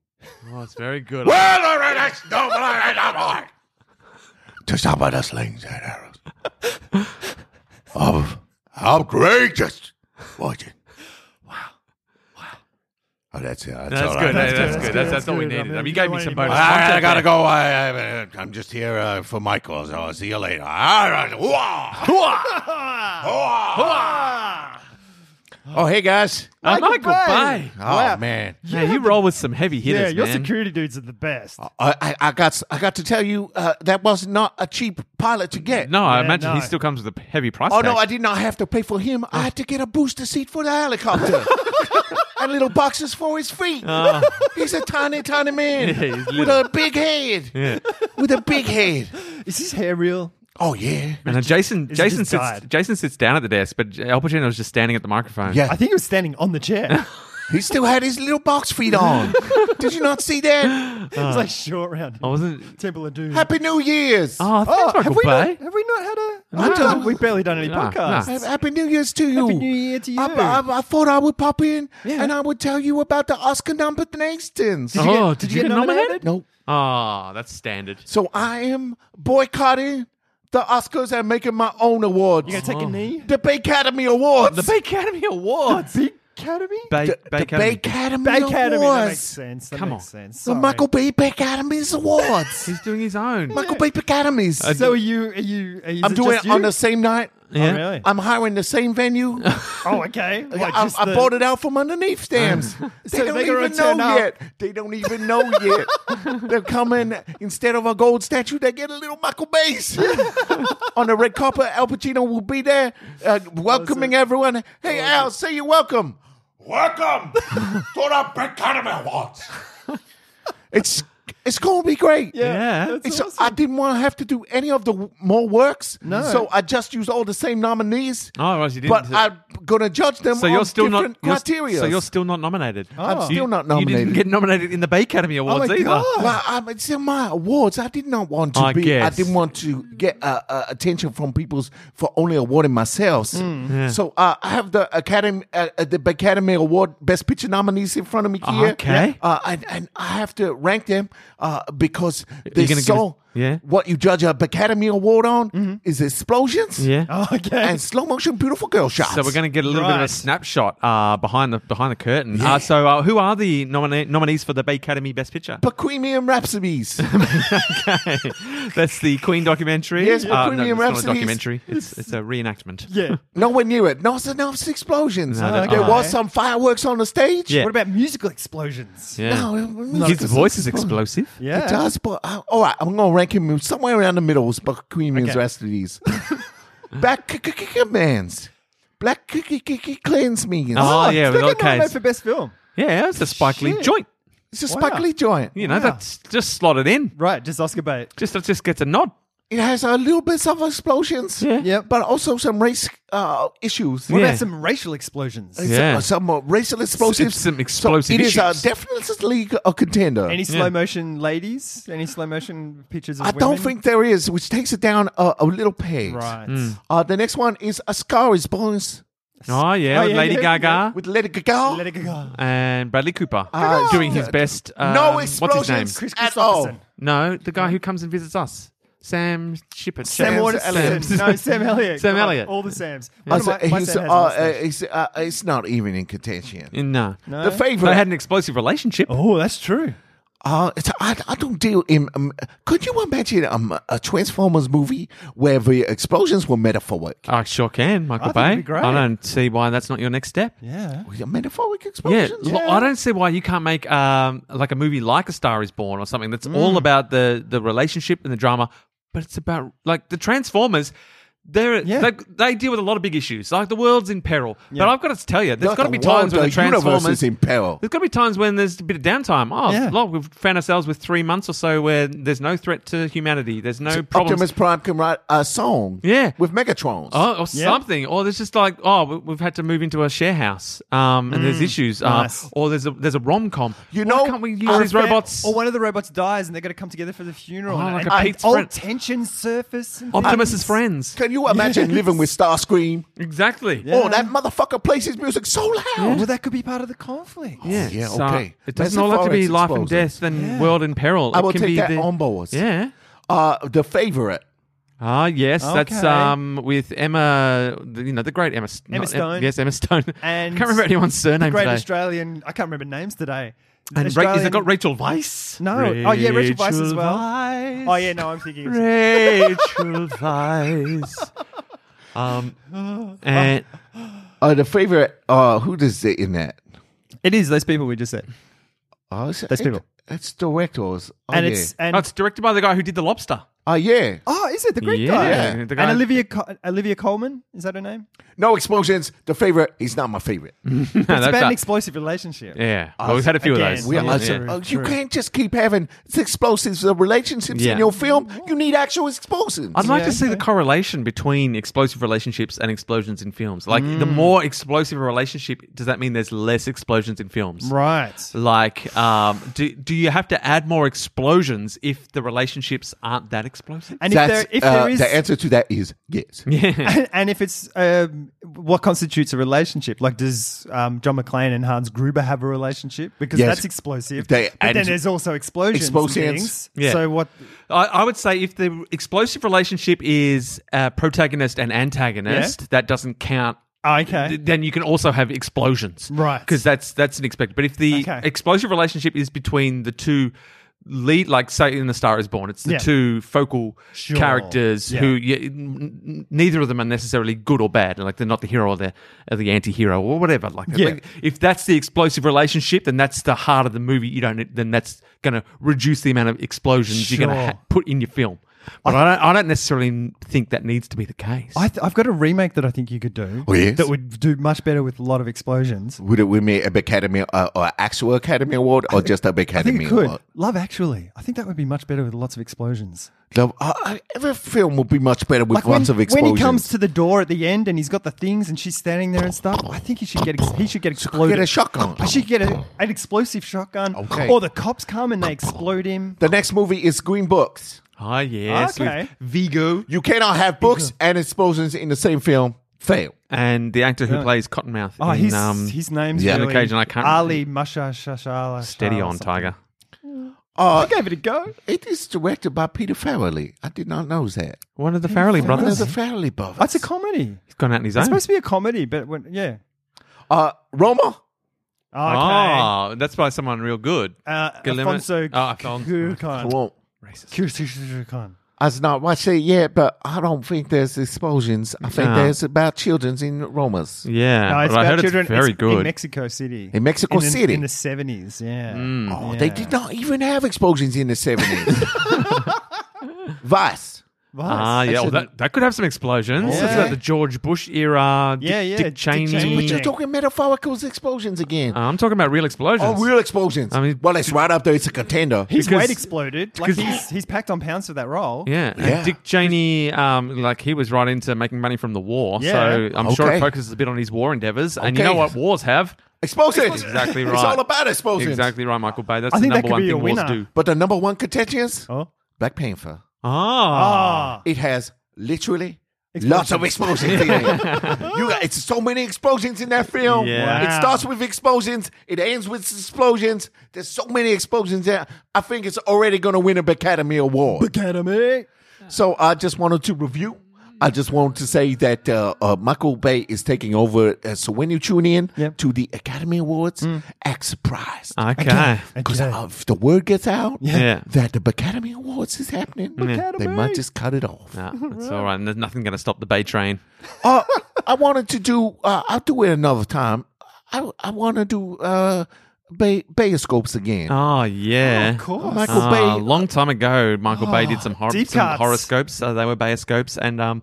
Oh, it's very good.
Well, all right, that's no, all right, all right. To stop at the slings and arrows of outrageous fortune. Wow. Wow. Oh, that's, uh, that's,
That's
all
good.
right.
That's,
all
good.
right.
That's, that's all we
good.
needed. I mean, you
You
gave
don't
me
want
some
any
bonus.
All right, I gotta go. I, I, I'm just here uh, for my cause. I'll see you later. All right. Hooah. Hooah. Oh, hey guys.
Uh, Michael,
Michael Bay.
bye.
Oh
Wow.
man.
Yeah, you roll with some heavy
Yeah,
hitters,
your
man.
security dudes are the best.
I, I, I got I got to tell you uh, that was not a cheap pilot to get.
No, I
Yeah,
imagine he
no.
still comes with a heavy price
Oh
tag.
no, I did not have to pay for him. I had to get a booster seat for the [laughs] helicopter. and little boxes for his feet. He's a tiny, tiny [laughs] man
Yeah, he's
with a big head. [laughs]
Yeah.
With a big head.
Is his hair real?
Oh yeah.
And then Jason,
Is it
Jason
just
sits,
tired?
Jason sits down at the desk, but Al Pacino was just standing at the microphone.
Yeah.
I think he was standing on
[laughs]
the chair.
He still had his little box feet
[laughs]
on. did you not see that?
it was like short round.
I wasn't.
Temple of Doom.
Happy New Year's.
Oh,
Oh,
thanks, Michael
have, we
Bay.
not, have we not had a?
No.
We've, done, we've barely done any
No,
podcasts.
no.
Ha- Happy New Year's to you.
Happy New Year to you.
I, I, I thought I would pop in
Yeah.
and I would tell you about the Oscar nominations.
you get-
oh,
did
did
you
you
get
get
nominated?
nominated?
No,
Ah, that's standard.
So I am boycotting the Oscars and making my own awards.
You gonna
Oh.
take a knee?
the Bay Academy Awards.
The Bay Academy Awards.
Big Academy.
Bay,
the,
Bay
the
Academy.
Bay Academy
Bay Academy. That makes
Awards.
sense. That
Come
makes
on.
sense.
The
Sorry.
Michael Bay Bay Academy's
[laughs]
Awards.
He's doing his own.
Michael Bay Bay Academy's.
So are you? Are you? Are you
I'm
Uh, is
doing
just
it on
you?
the same night.
Oh,
Yeah.
really?
I'm hiring the same venue.
oh, okay. What,
I,
just
I
the-
bought it out from underneath
[laughs]
stamps. they
So
don't
they're gonna
even know
turn up.
yet. They don't even know
[laughs]
yet. they're coming instead of a gold statue. They get a little Michael
[laughs]
Bay's on the red carpet. Al Pacino will be there, uh, welcoming everyone. Hey Al, say you're welcome. [laughs] Welcome to the Academy Awards. it's it's gonna be great.
Yeah.
that's
It's,
awesome.
I didn't want to have to do any of the w- more works,
No.
so I just used all the same nominees
Oh, right, you didn't.
but I'm gonna judge them
so
on
you're still not
different
you're-
criteria.
so you're still not nominated.
I'm
Oh.
still not
You
nominated.
didn't get nominated in the Bay Academy Awards
my
either.
God.
"Ah, well, I, it's in my awards. I did not want to
I
be.
guess.
I didn't want to get uh, uh, attention from people's for only awarding myself.
Mm.
So uh, I have the Academy, uh, uh, the Academy Award Best Picture nominees in front of me here.
Ah, Okay.
uh, and, and I have to rank them uh, because
you
they
gonna give
saw
us- yeah? Mm-hmm.
what you judge a Academy Award on is explosions,
Yeah.
Oh, okay.
and slow motion beautiful girl shots.
So we're going to get a little bit of a
Right.
snapshot uh, behind the behind the curtain. Uh, so uh, who are the nomina- nominees for the Bay Academy Best Picture? [laughs]
Bohemian Rhapsodies.
That's the Queen documentary.
Yes,
uh, no,
Bohemian
it's not a
Rhapsody is-
documentary. It's it's a reenactment.
[laughs] yeah.
No one knew it. No, it's enough explosions.
No, they're
there
fine.
was some fireworks on the stage.
[laughs] Yeah.
What about musical explosions?
Yeah.
No,
His voice is explosive.
Yeah.
It does, but uh, all right, I'm gonna rank him somewhere around the middle. with Bohemian's
Okay.
Rhapsodies, [laughs] Black Commands, Black Cleanse Me.
Oh, yeah,
it's
with
like
all
nominated
case.
for best film.
Yeah, it's a Spike Lee
Shit.
joint.
It's a
wow.
Spike Lee joint.
You know,
Wow.
that's just slotted in.
Right, just Oscar bait.
Just it just gets a nod.
It has a little bit of explosions,
Yeah.
Yep.
but also some race uh, issues.
What
Yeah.
about some racial explosions?
Some-
Yeah.
Some, uh, racial explosives.
some explosive
so it is uh,
issues.
definitely a contender.
Any
Yeah.
slow motion ladies? Any slow motion pictures of
I don't
women?
think there is, which takes it down a, a little peg.
Right.
Mm.
Uh, the next one is A Scar is Born
Oh yeah,
Oh,
with
yeah,
Lady
yeah, Ah,
Gaga
with Lady Gaga.
Let it go.
Uh, and Bradley Cooper
Uh,
doing
yeah.
his best. Um,
no
what's his name?
explosions
Chris
at all.
Christopherson.
No, the guy who comes and visits us, Sam Shepard.
Sam
Sam's
Waterston.
Elliott.
No, Sam Elliott.
Sam
Come on,
Elliott.
All the Sams.
Uh,
One of
so
my- my
he's,
Sam has a
uh, uh,
mustache.
it's, uh, it's not even in contention.
No. no,
The favorite.
they had an explosive relationship.
Oh, that's true.
Uh, it's, I, I don't deal in. Um, could you imagine um, a Transformers movie where the explosions were metaphoric?
I sure can, Michael
I think
Bay.
it'd be great.
I don't see why that's not your next step.
Yeah.
Metaphoric
Yeah,
explosions?
lo- I don't see why you can't make um, like a movie like A Star Is Born or
Mm.
something that's all about the the relationship and the drama, but it's about like the Transformers. They're,
Yeah.
they they deal with a lot of big issues. Like the world's in peril. But I've got to tell you,
Like
there's got to
the
be times
world,
when the
the universe
Transformers
is in peril.
There's got to be times when there's a bit of downtime. Oh,
Yeah.
look, we've found ourselves with three months or so where there's no threat to humanity. There's no problems.
Optimus Prime can write a song,
Yeah.
with Megatrons.
Oh, or something. Or there's just like, oh, we- we've had to move into a share house, um, and there's issues. Uh,
Mm, nice.
Or there's a there's a rom com.
You
Why
know,
can't we use
I
these robots?
Or one of the robots dies and they're going to come together for the funeral.
Oh,
and-
like a
and
Pete's
old
friend.
tension surface. and
Optimus's
things.
friends.
Can you
[laughs]
imagine living with Starscream?
Exactly.
Oh, that motherfucker plays his music so loud.
Oh, Well, that could be part of the conflict.
Yeah,
Yeah,
so
okay.
It doesn't
Massive
all have to be
forex
life and
explosions.
death and world in peril.
I
It
will
can
take
be
that
the-
on board.
Yeah.
Uh, the favorite.
Ah, yes. That's
Okay.
um with Emma, the- you know, the great Emma.
Emma
not Em-
Stone.
yes, Emma Stone.
And
[laughs] I can't remember anyone's surname
Great
today.
Australian. I can't remember names today.
and Ra- is it
Australian-
got Rachel Weiss?
No. Oh, yeah, Rachel Weisz as well. Oh yeah, no, I'm thinking. of-
Rachel Weiss. Um, and
Uh, the favorite. Uh, who does it in that?
It is those people we just said,
Oh, it's,
That's
it-
people.
It's directors. Oh,
and
yeah.
it's and
oh, it's directed by the guy who did The Lobster.
Oh yeah.
oh, is it the Greek
yeah,
guy?
Yeah.
the guy-
And Olivia Co- Olivia Coleman is that her name?
No explosions. The favorite. He's not my favorite.
[laughs] No,
It's
that's
about
that.
an explosive relationship.
yeah, well, we've had a few
Again,
of those.
We are
Yeah,
like,
true,
uh, you
true.
can't just keep having explosives of relationships
Yeah.
in your film. You need actual explosives.
I'd like
Yeah,
to see the
okay.
correlation between explosive relationships and explosions in films. Like, the more explosive a relationship, does that mean there's less explosions in films?
Right.
Like, um, do, do you have to add more explosions if the relationships aren't that [laughs] explosive?
And if
That's,
there if
uh,
there is
the answer to that is yes.
yeah.
[coughs] and, and if it's um, what constitutes a relationship, like does um, John McClane and Hans Gruber have a relationship? Because
Yes.
that's explosive.
They-
but
and-
then there's also explosions.
Explosives.
And things.
Yeah.
So what?
I, I would say if the explosive relationship is uh, protagonist and antagonist, that doesn't count.
Oh, okay.
Th- Then you can also have explosions,
Right.
Because that's that's an expected. But if the
Okay.
explosive relationship is between the two lead, like say in *The Star Is Born*, it's the
Yeah.
two focal
Sure.
characters
Yeah.
who you, n- n- neither of them are necessarily good or bad. Like they're not the hero or the or the anti-hero or whatever. Like,
Yeah.
like, if that's the explosive relationship, then that's the heart of the movie. You don't. Then that's going to reduce the amount of explosions you're going
Sure.
to ha- put in your film. But I don't, I don't necessarily think that needs to be the case.
I th- I've got a remake that I think you could do.
Oh, yes?
That would do much better with a lot of explosions.
Would it win me an Academy, uh, or actual Academy Award, or just a
I think
Academy
it could.
Award?
Love Actually. I think that would be much better with lots of explosions.
The, uh, uh, every film would be much better with
when,
lots of
when
explosions.
he comes to the door at the end and he's got the things and she's standing there and stuff, I think he should get ex- he should get exploded.
Get a shotgun.
I should get a, an explosive shotgun.
Okay.
Or the cops come and they explode him.
the next movie is Green Books.
Ah, yes. with
Okay.
Vigo.
You cannot have books and explosions in the same film. Fail.
And the actor who plays Cottonmouth
Oh,
in
his,
um,
his name's
yeah.
really
On occasion, I can't-
Ali Masha Shashala.
Steady On Tiger.
Uh,
Gave it a go.
it is directed by Peter Farrelly. I did not know that.
One of the
One
Farrelly
of
brothers.
the Farrelly brothers.
That's a comedy.
He's gone out on his
It's
own.
supposed to be a comedy, but when, yeah. Ah,
uh, Roma.
Okay.
Oh, that's by someone real Ah. good.
Uh,
Guillermo-
Alfonso
Oh, Alfonso.
I
Cuarón.
won't.
Racist.
Cuarón.
I've not watched it yet, but I don't think there's explosions. I think
No.
there's about children's in
Mm,
Romas.
Yeah,
No, it's
but I
about
heard
children
it's very
it's in
good.
Mexico City.
In Mexico
the-
City.
in the seventies. Yeah.
Mm.
Oh, they did not even have explosions in the
[laughs]
70s. Vice.
Nice.
Ah, yeah, well, that, that could have some explosions. It's
Yeah.
like the George Bush era. Dick,
Yeah, yeah,
Dick
Dick
Cheney.
Cheney.
But you're talking metaphorical explosions again.
Uh, I'm talking about real explosions.
oh, real explosions.
I mean-
well, it's right up there. It's a contender.
his
because-
weight exploded. Like
because-
he's he's packed on pounds for that role.
Yeah, and
Yeah.
Dick Cheney, um, like he was right into making money from the war, so
Yeah.
I'm sure
Okay.
it focuses a bit on his war endeavors. And you
Okay.
know what wars have?
Explosions.
Exactly
It's
right.
all about explosions.
Exactly right, Michael Bay. That's
I
the
think that
number
could
one
be
thing
a
wars
winner.
do.
But the number one contentions,
Oh.
Black Panther.
Ah,
Ah.
It has literally lots of explosions in it. you got, it's so many explosions in that film.
Yeah.
It starts with explosions. It ends with explosions. There's so many explosions there. I think it's already going to win an Academy Award.
Academy.
So I just wanted to review. I just wanted to say that uh, uh, Michael Bay is taking over. Uh, so when you tune in
Yep.
to the Academy Awards, act surprised.
okay.
[laughs]
Because
Okay.
if the word gets out
[laughs]
Yeah.
that the Academy Awards is happening, they might just cut it off.
Nah, that's all right. And there's nothing going to stop the Bay train.
Uh, I wanted to do. Uh, I'll do it another time. I I want to do uh, Bay Bayoscopes again.
Oh yeah,
Of course.
Michael
Ah,
Bay.
long time ago, Michael Bay did some, hor-
Oh, Deep
some
cuts.
horoscopes. Uh, they were Bayoscopes, and um,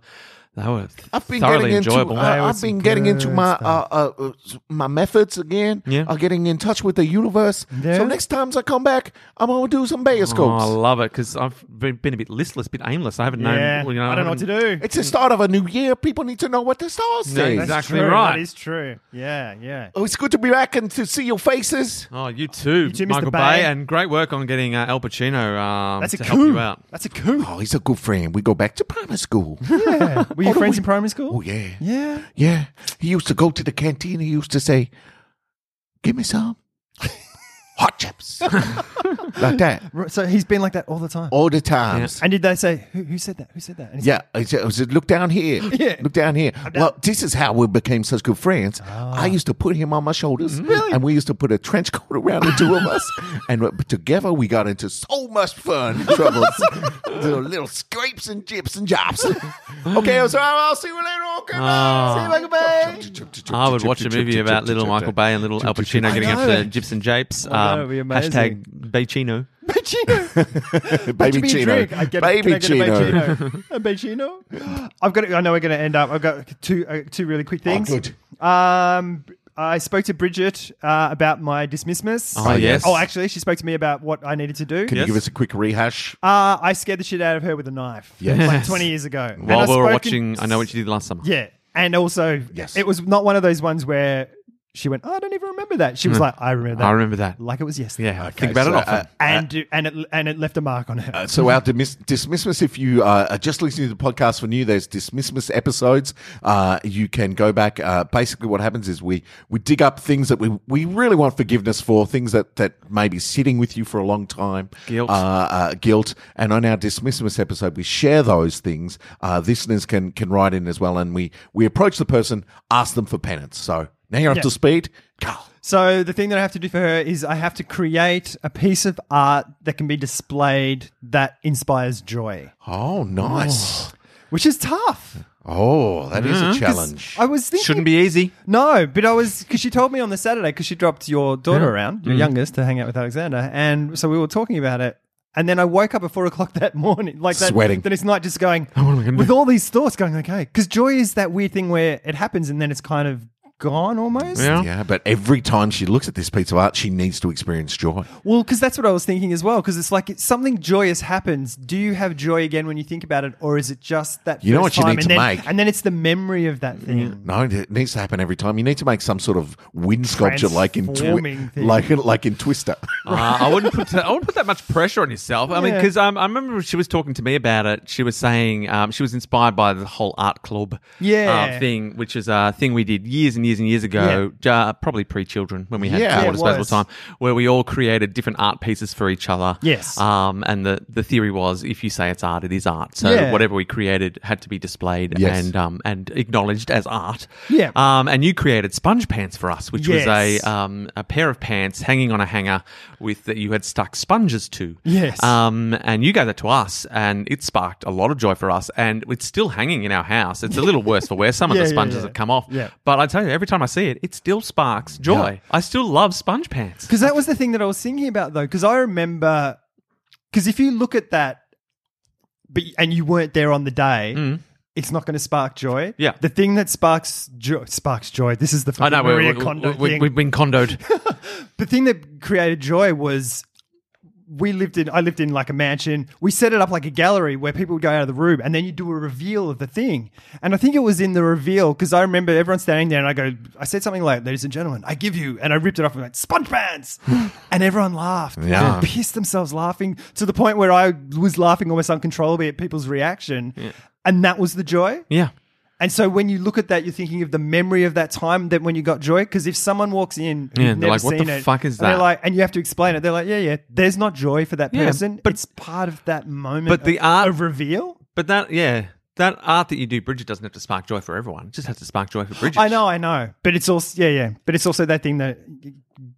They were
I've been
thoroughly
getting into
enjoyable.
uh,
There was
I've
some
been getting into
good
my uh,
stuff.
uh, uh, my methods again.
Yeah.
Uh, getting in touch with the universe.
Yeah.
So next times I come back, I'm gonna do some Bayescopes.
Oh, I love it because I've been, been a bit listless, a bit aimless. I haven't known.
yeah,
you know,
I don't know what to
haven't-
do.
It's the start of a new year. People need to know what the stars
No,
say.
exactly.
true.
right.
That is true. Yeah, yeah.
Oh, it's good to be back and to see your faces.
Oh, you too,
too, Mr.
Michael Bay.
Bay.
and great work on getting uh, Al Pacino um,
That's a
to
coup.
help you out.
That's a coup.
Oh, he's a good friend. We go back to primary
[laughs]
school.
Yeah. Were you friends in primary school?
oh yeah,
Yeah.
yeah. He used to go to the canteen. He used to say, "Give me some hot chips," like that
Right, So he's been like that all the time.
all the times.
And did they say who, who said that? Who said that? And he's
Yeah, I said, I said, look down
[laughs]
here.
Yeah.
Look down here. Well, this is how we became such good friends.
Ah.
I used to put him on my shoulders,
Mm,
and we used to put a trench coat around the two of
[laughs]
us, and uh, together we got into so much fun,
[laughs]
troubles, little, little scrapes and jips and jobs. okay, so I'll I'll see you later. Okay, bye. See you, Michael Bay.
Ah. I would watch a movie about little Michael Bay and little Al Pacino getting up
know.
to Gyps and Japes.
I know,
Um,
it'd be amazing.
hashtag Baychino.
But you know, [laughs]
Baby Chino.
I get
Baby
a, can I
Chino.
get A Bacino. a Bacino? [gasps] I've got. I know we're going to end up. I've got two uh, two really quick things.
Oh, good.
Um, I spoke to Bridget uh, about my dismissmas.
Oh, yes.
Oh, actually, she spoke to me about what I needed to do.
Can
Yes.
you give us a quick rehash?
Uh, I scared the shit out of her with a knife.
Yes.
Like 20 years ago. And
While
I've
we were
spoken-
watching, I know what you did last summer.
[laughs] Yeah. And also,
Yes.
it was not one of those ones where she went, oh, I don't even remember that. She was like, I remember that.
Hmm. I remember that.
Like it was yesterday.
Yeah, I think about
so,
it often.
uh,
And, and, it, and it left a mark on her.
Uh, so our dismiss- dismissmas, if you uh, are just listening to the podcast for new, there's dismissmas episodes. Uh, you can go back. Uh, basically, what happens is we we dig up things that we, we really want forgiveness for, things that that may be sitting with you for a long time,
Guilt.
uh, uh, guilt. And on our dismissmas episode, we share those things. Uh, listeners can can write in as well, and we we approach the person, ask them for penance. So now you're
Yeah.
up to speed, Carl.
So the thing that I have to do for her is I have to create a piece of art that can be displayed that inspires joy,
Oh, nice.
which is tough.
Oh, that is a
'Cause
challenge.
I was thinking
Shouldn't be easy.
No, but I was because she told me on the Saturday because she dropped your daughter around,
Mm-hmm.
your youngest, to hang out with Alexander, and so we were talking about it. And then I woke up at four o'clock that morning, like that,
Sweating.
The next night, just going
Oh, am I gonna
with all these thoughts, going okay, because joy is that weird thing where it happens and then it's kind of gone almost.
Yeah.
Yeah, but every time she looks at this piece of art, she needs to experience joy.
Well, because that's what I was thinking as well. Because it's like it's something joyous happens. Do you have joy again when you think about it, or is it just that?
You know what
first
you
time
need
and
to
then,
make?
and then it's the memory of that thing.
Mm.
No, it needs to happen every time. You need to make some sort of wind sculpture, like in
Transforming
Twi-
thing.
like like in
[laughs]
Twister.
Uh, I wouldn't put that, I wouldn't put that much pressure on yourself. I mean,
Yeah.
because um, I remember when she was talking to me about it. She was saying um, she was inspired by the whole art club
Yeah.
uh, thing, which is a thing we did years and years and years ago, uh, probably pre-children when we had
Yeah,
yeah,
it
disposable
was.
time, where we all created different art pieces for each other.
Yes.
Um, and the the theory was if you say it's art, it is art. So
Yeah.
whatever we created had to be displayed
Yes.
and um, and acknowledged as art.
Yeah.
Um, and you created sponge pants for us, which was a
Yes.
um, a pair of pants hanging on a hanger with that you had stuck sponges to.
Yes.
Um, and you gave that to us, and it sparked a lot of joy for us. And it's still hanging in our house. It's a little worse for
[laughs]
wear. Some of
Yeah,
the
yeah,
sponges
yeah.
have come off.
Yeah.
But I tell you, every time I see it, it still sparks joy. I still love sponge pants.
Because that was the thing that I was thinking about though. Because I remember, because if you look at that, but and you weren't there on the day. It's not going to spark joy.
Mm. Yeah.
the thing that sparks joy sparks joy. This is the
I
fucking
know
Maria
we're,
Kondo
we we
thing.
we've been condoed. [laughs]
the thing that created joy was we lived in I lived in like a mansion. We set it up like a gallery where people would go out of the room and then you do a reveal of the thing. And I think it was in the reveal because I remember everyone standing there and I go I said something like, ladies and gentlemen, I give you and I ripped it off and went, Sponge pants and everyone laughed.
Yeah.
They pissed themselves laughing to the point where I was laughing almost uncontrollably at people's reaction. And that was the joy.
yeah.
And so when you look at that, you're thinking of the memory of that time that when you got joy. Because if someone walks in, who's
Yeah, they're
never
like, "What
seen
the
it,
fuck is
and they're
that?"
like, and you have to explain it. They're like, yeah, yeah, there's not joy for that
Yeah,
person,
but-
but it's part of that moment.
but the
of,
art-
of reveal.
But that, yeah, that art that you do, Bridget doesn't have to spark joy for everyone. It just has to spark joy for Bridget.
I know, I know, but it's also yeah, yeah, but it's also that thing that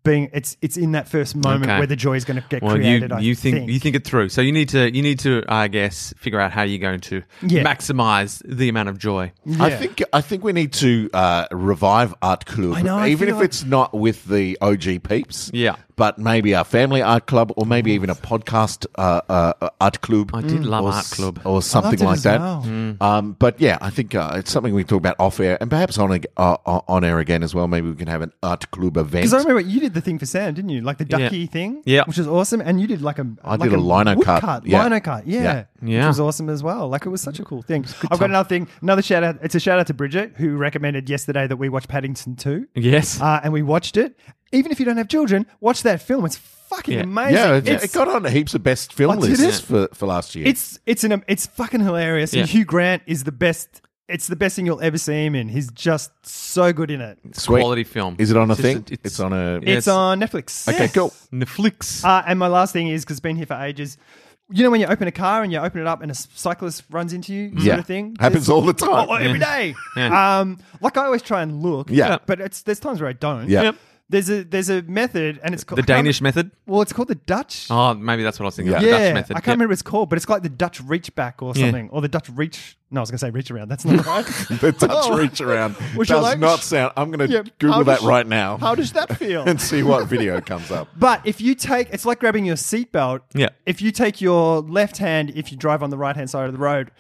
being it's it's in that first moment
Okay.
where the joy is going to get
Well,
created.
you
I
you think, you think it through. So you need to you need to I guess figure out how you're going to
Yeah.
maximize the amount of joy.
I
Yeah.
think I think we need to uh, revive art club,
I know, I
even
feel
if
like-
it's not with the OG peeps.
Yeah.
but maybe our family art club, or maybe even a podcast uh, uh, art club.
I did love
or
art
s-
club. Mm.
or something
it
like
as
that.
well.
Um, but yeah, I think uh, it's something we can talk about off air, and perhaps on ag- uh, uh, on air again as well. Maybe we can have an art club event.
Because I remember you did the thing for Sam, didn't you? Like the ducky thing,
Yeah.
which was awesome. And you did like a
I
like
did a lino
wood
cut, yeah.
lino cut, yeah,
Yeah.
Yeah.
which was awesome as well. Like it was such a cool thing. I've got another thing, another shout out. It's a shout out to Bridget who recommended yesterday that we watch Paddington Two,
Yes.
uh, and we watched it. Even if you don't have children, watch that film. It's fucking
Yeah.
amazing.
yeah, it,
it's,
it got on heaps of best film
What's it
lists
is?
for, for last year.
it's it's an it's fucking hilarious.
Yeah.
And Hugh Grant is the best. It's the best thing you'll ever see him in. He's just so good in it.
Sweet.
quality film.
Is it on a
It's just-
thing? it's,
it's-
on a.
Yeah.
It's
Yes.
on Netflix.
okay, cool.
Netflix.
Uh, and my last thing is because been here for ages. You know when you open a car and you open it up and a s- cyclist runs into you, sort
Yeah.
of thing.
Happens
There's-
all the time.
Oh, oh, every day. Um, like I always try and look.
Yeah.
But it's there's times where I don't.
Yeah. [laughs] Yep.
There's a there's a method and it's called
the Danish method.
Well, it's called the Dutch.
Oh, maybe that's what I was thinking.
Yeah.
of, The
yeah,
Dutch method.
I can't
Yep.
remember what it's called, but it's like the Dutch reach back or
Yeah.
something, or the Dutch reach. No, I was going to say reach around. That's not right.
[laughs] The touch
Oh.
reach around
[laughs] Would you
does
like-
not sound. I'm going to
Yeah, how
Google
does-
that right now
How does that feel?
[laughs] and see what video comes up.
But if you take, it's like grabbing your seatbelt.
Yeah.
If you take your left hand, if you drive on the right hand side of the road,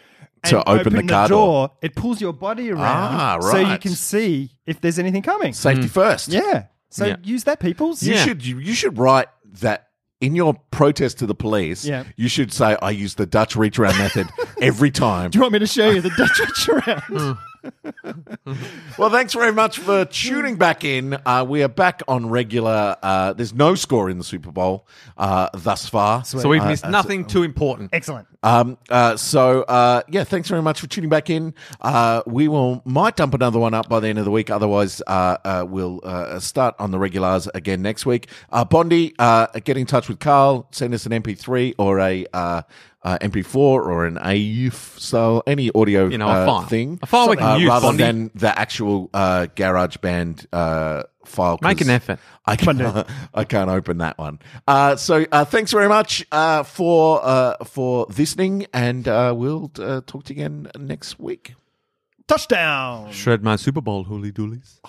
and
To open the car door.
it pulls your body around,
Ah,
so you
right.
can see if there's anything coming.
Safety first.
Hmm. yeah. So
Yeah.
use that, peoples.
You
Yeah.
should you, you should write that in your protest to the police.
Yeah.
You should say I use the Dutch reach around
[laughs]
method every time.
Do you want me to show you the [laughs] Dutch reach
Hmm.
around?
Well, thanks very much
Hmm.
for tuning back in. Uh, we are back on regular. Uh, there's no score in the Super Bowl uh, thus far.
So we've
Uh,
missed
uh,
nothing too important.
Excellent.
Um, uh, so uh, yeah, thanks very much for tuning back in. Uh, we will might dump another one up by the end of the week. Otherwise, uh, uh, we'll uh, start on the regulars again next week. Uh, Bondi, uh, get in touch with Carl. Send us an MP3 or a uh, uh, MP4 or an AUF. So any audio
You know, a
uh,
file.
thing,
A file we can
uh,
use,
rather
Bondi.
than the actual uh, GarageBand uh, file. 'cause
Make an effort.
I can't, [laughs] I can't open that one. Uh, so uh, thanks very much uh, for uh, for listening, and uh, we'll uh, talk to you again next week.
Touchdown.
Shred my Super Bowl, hooly doolies.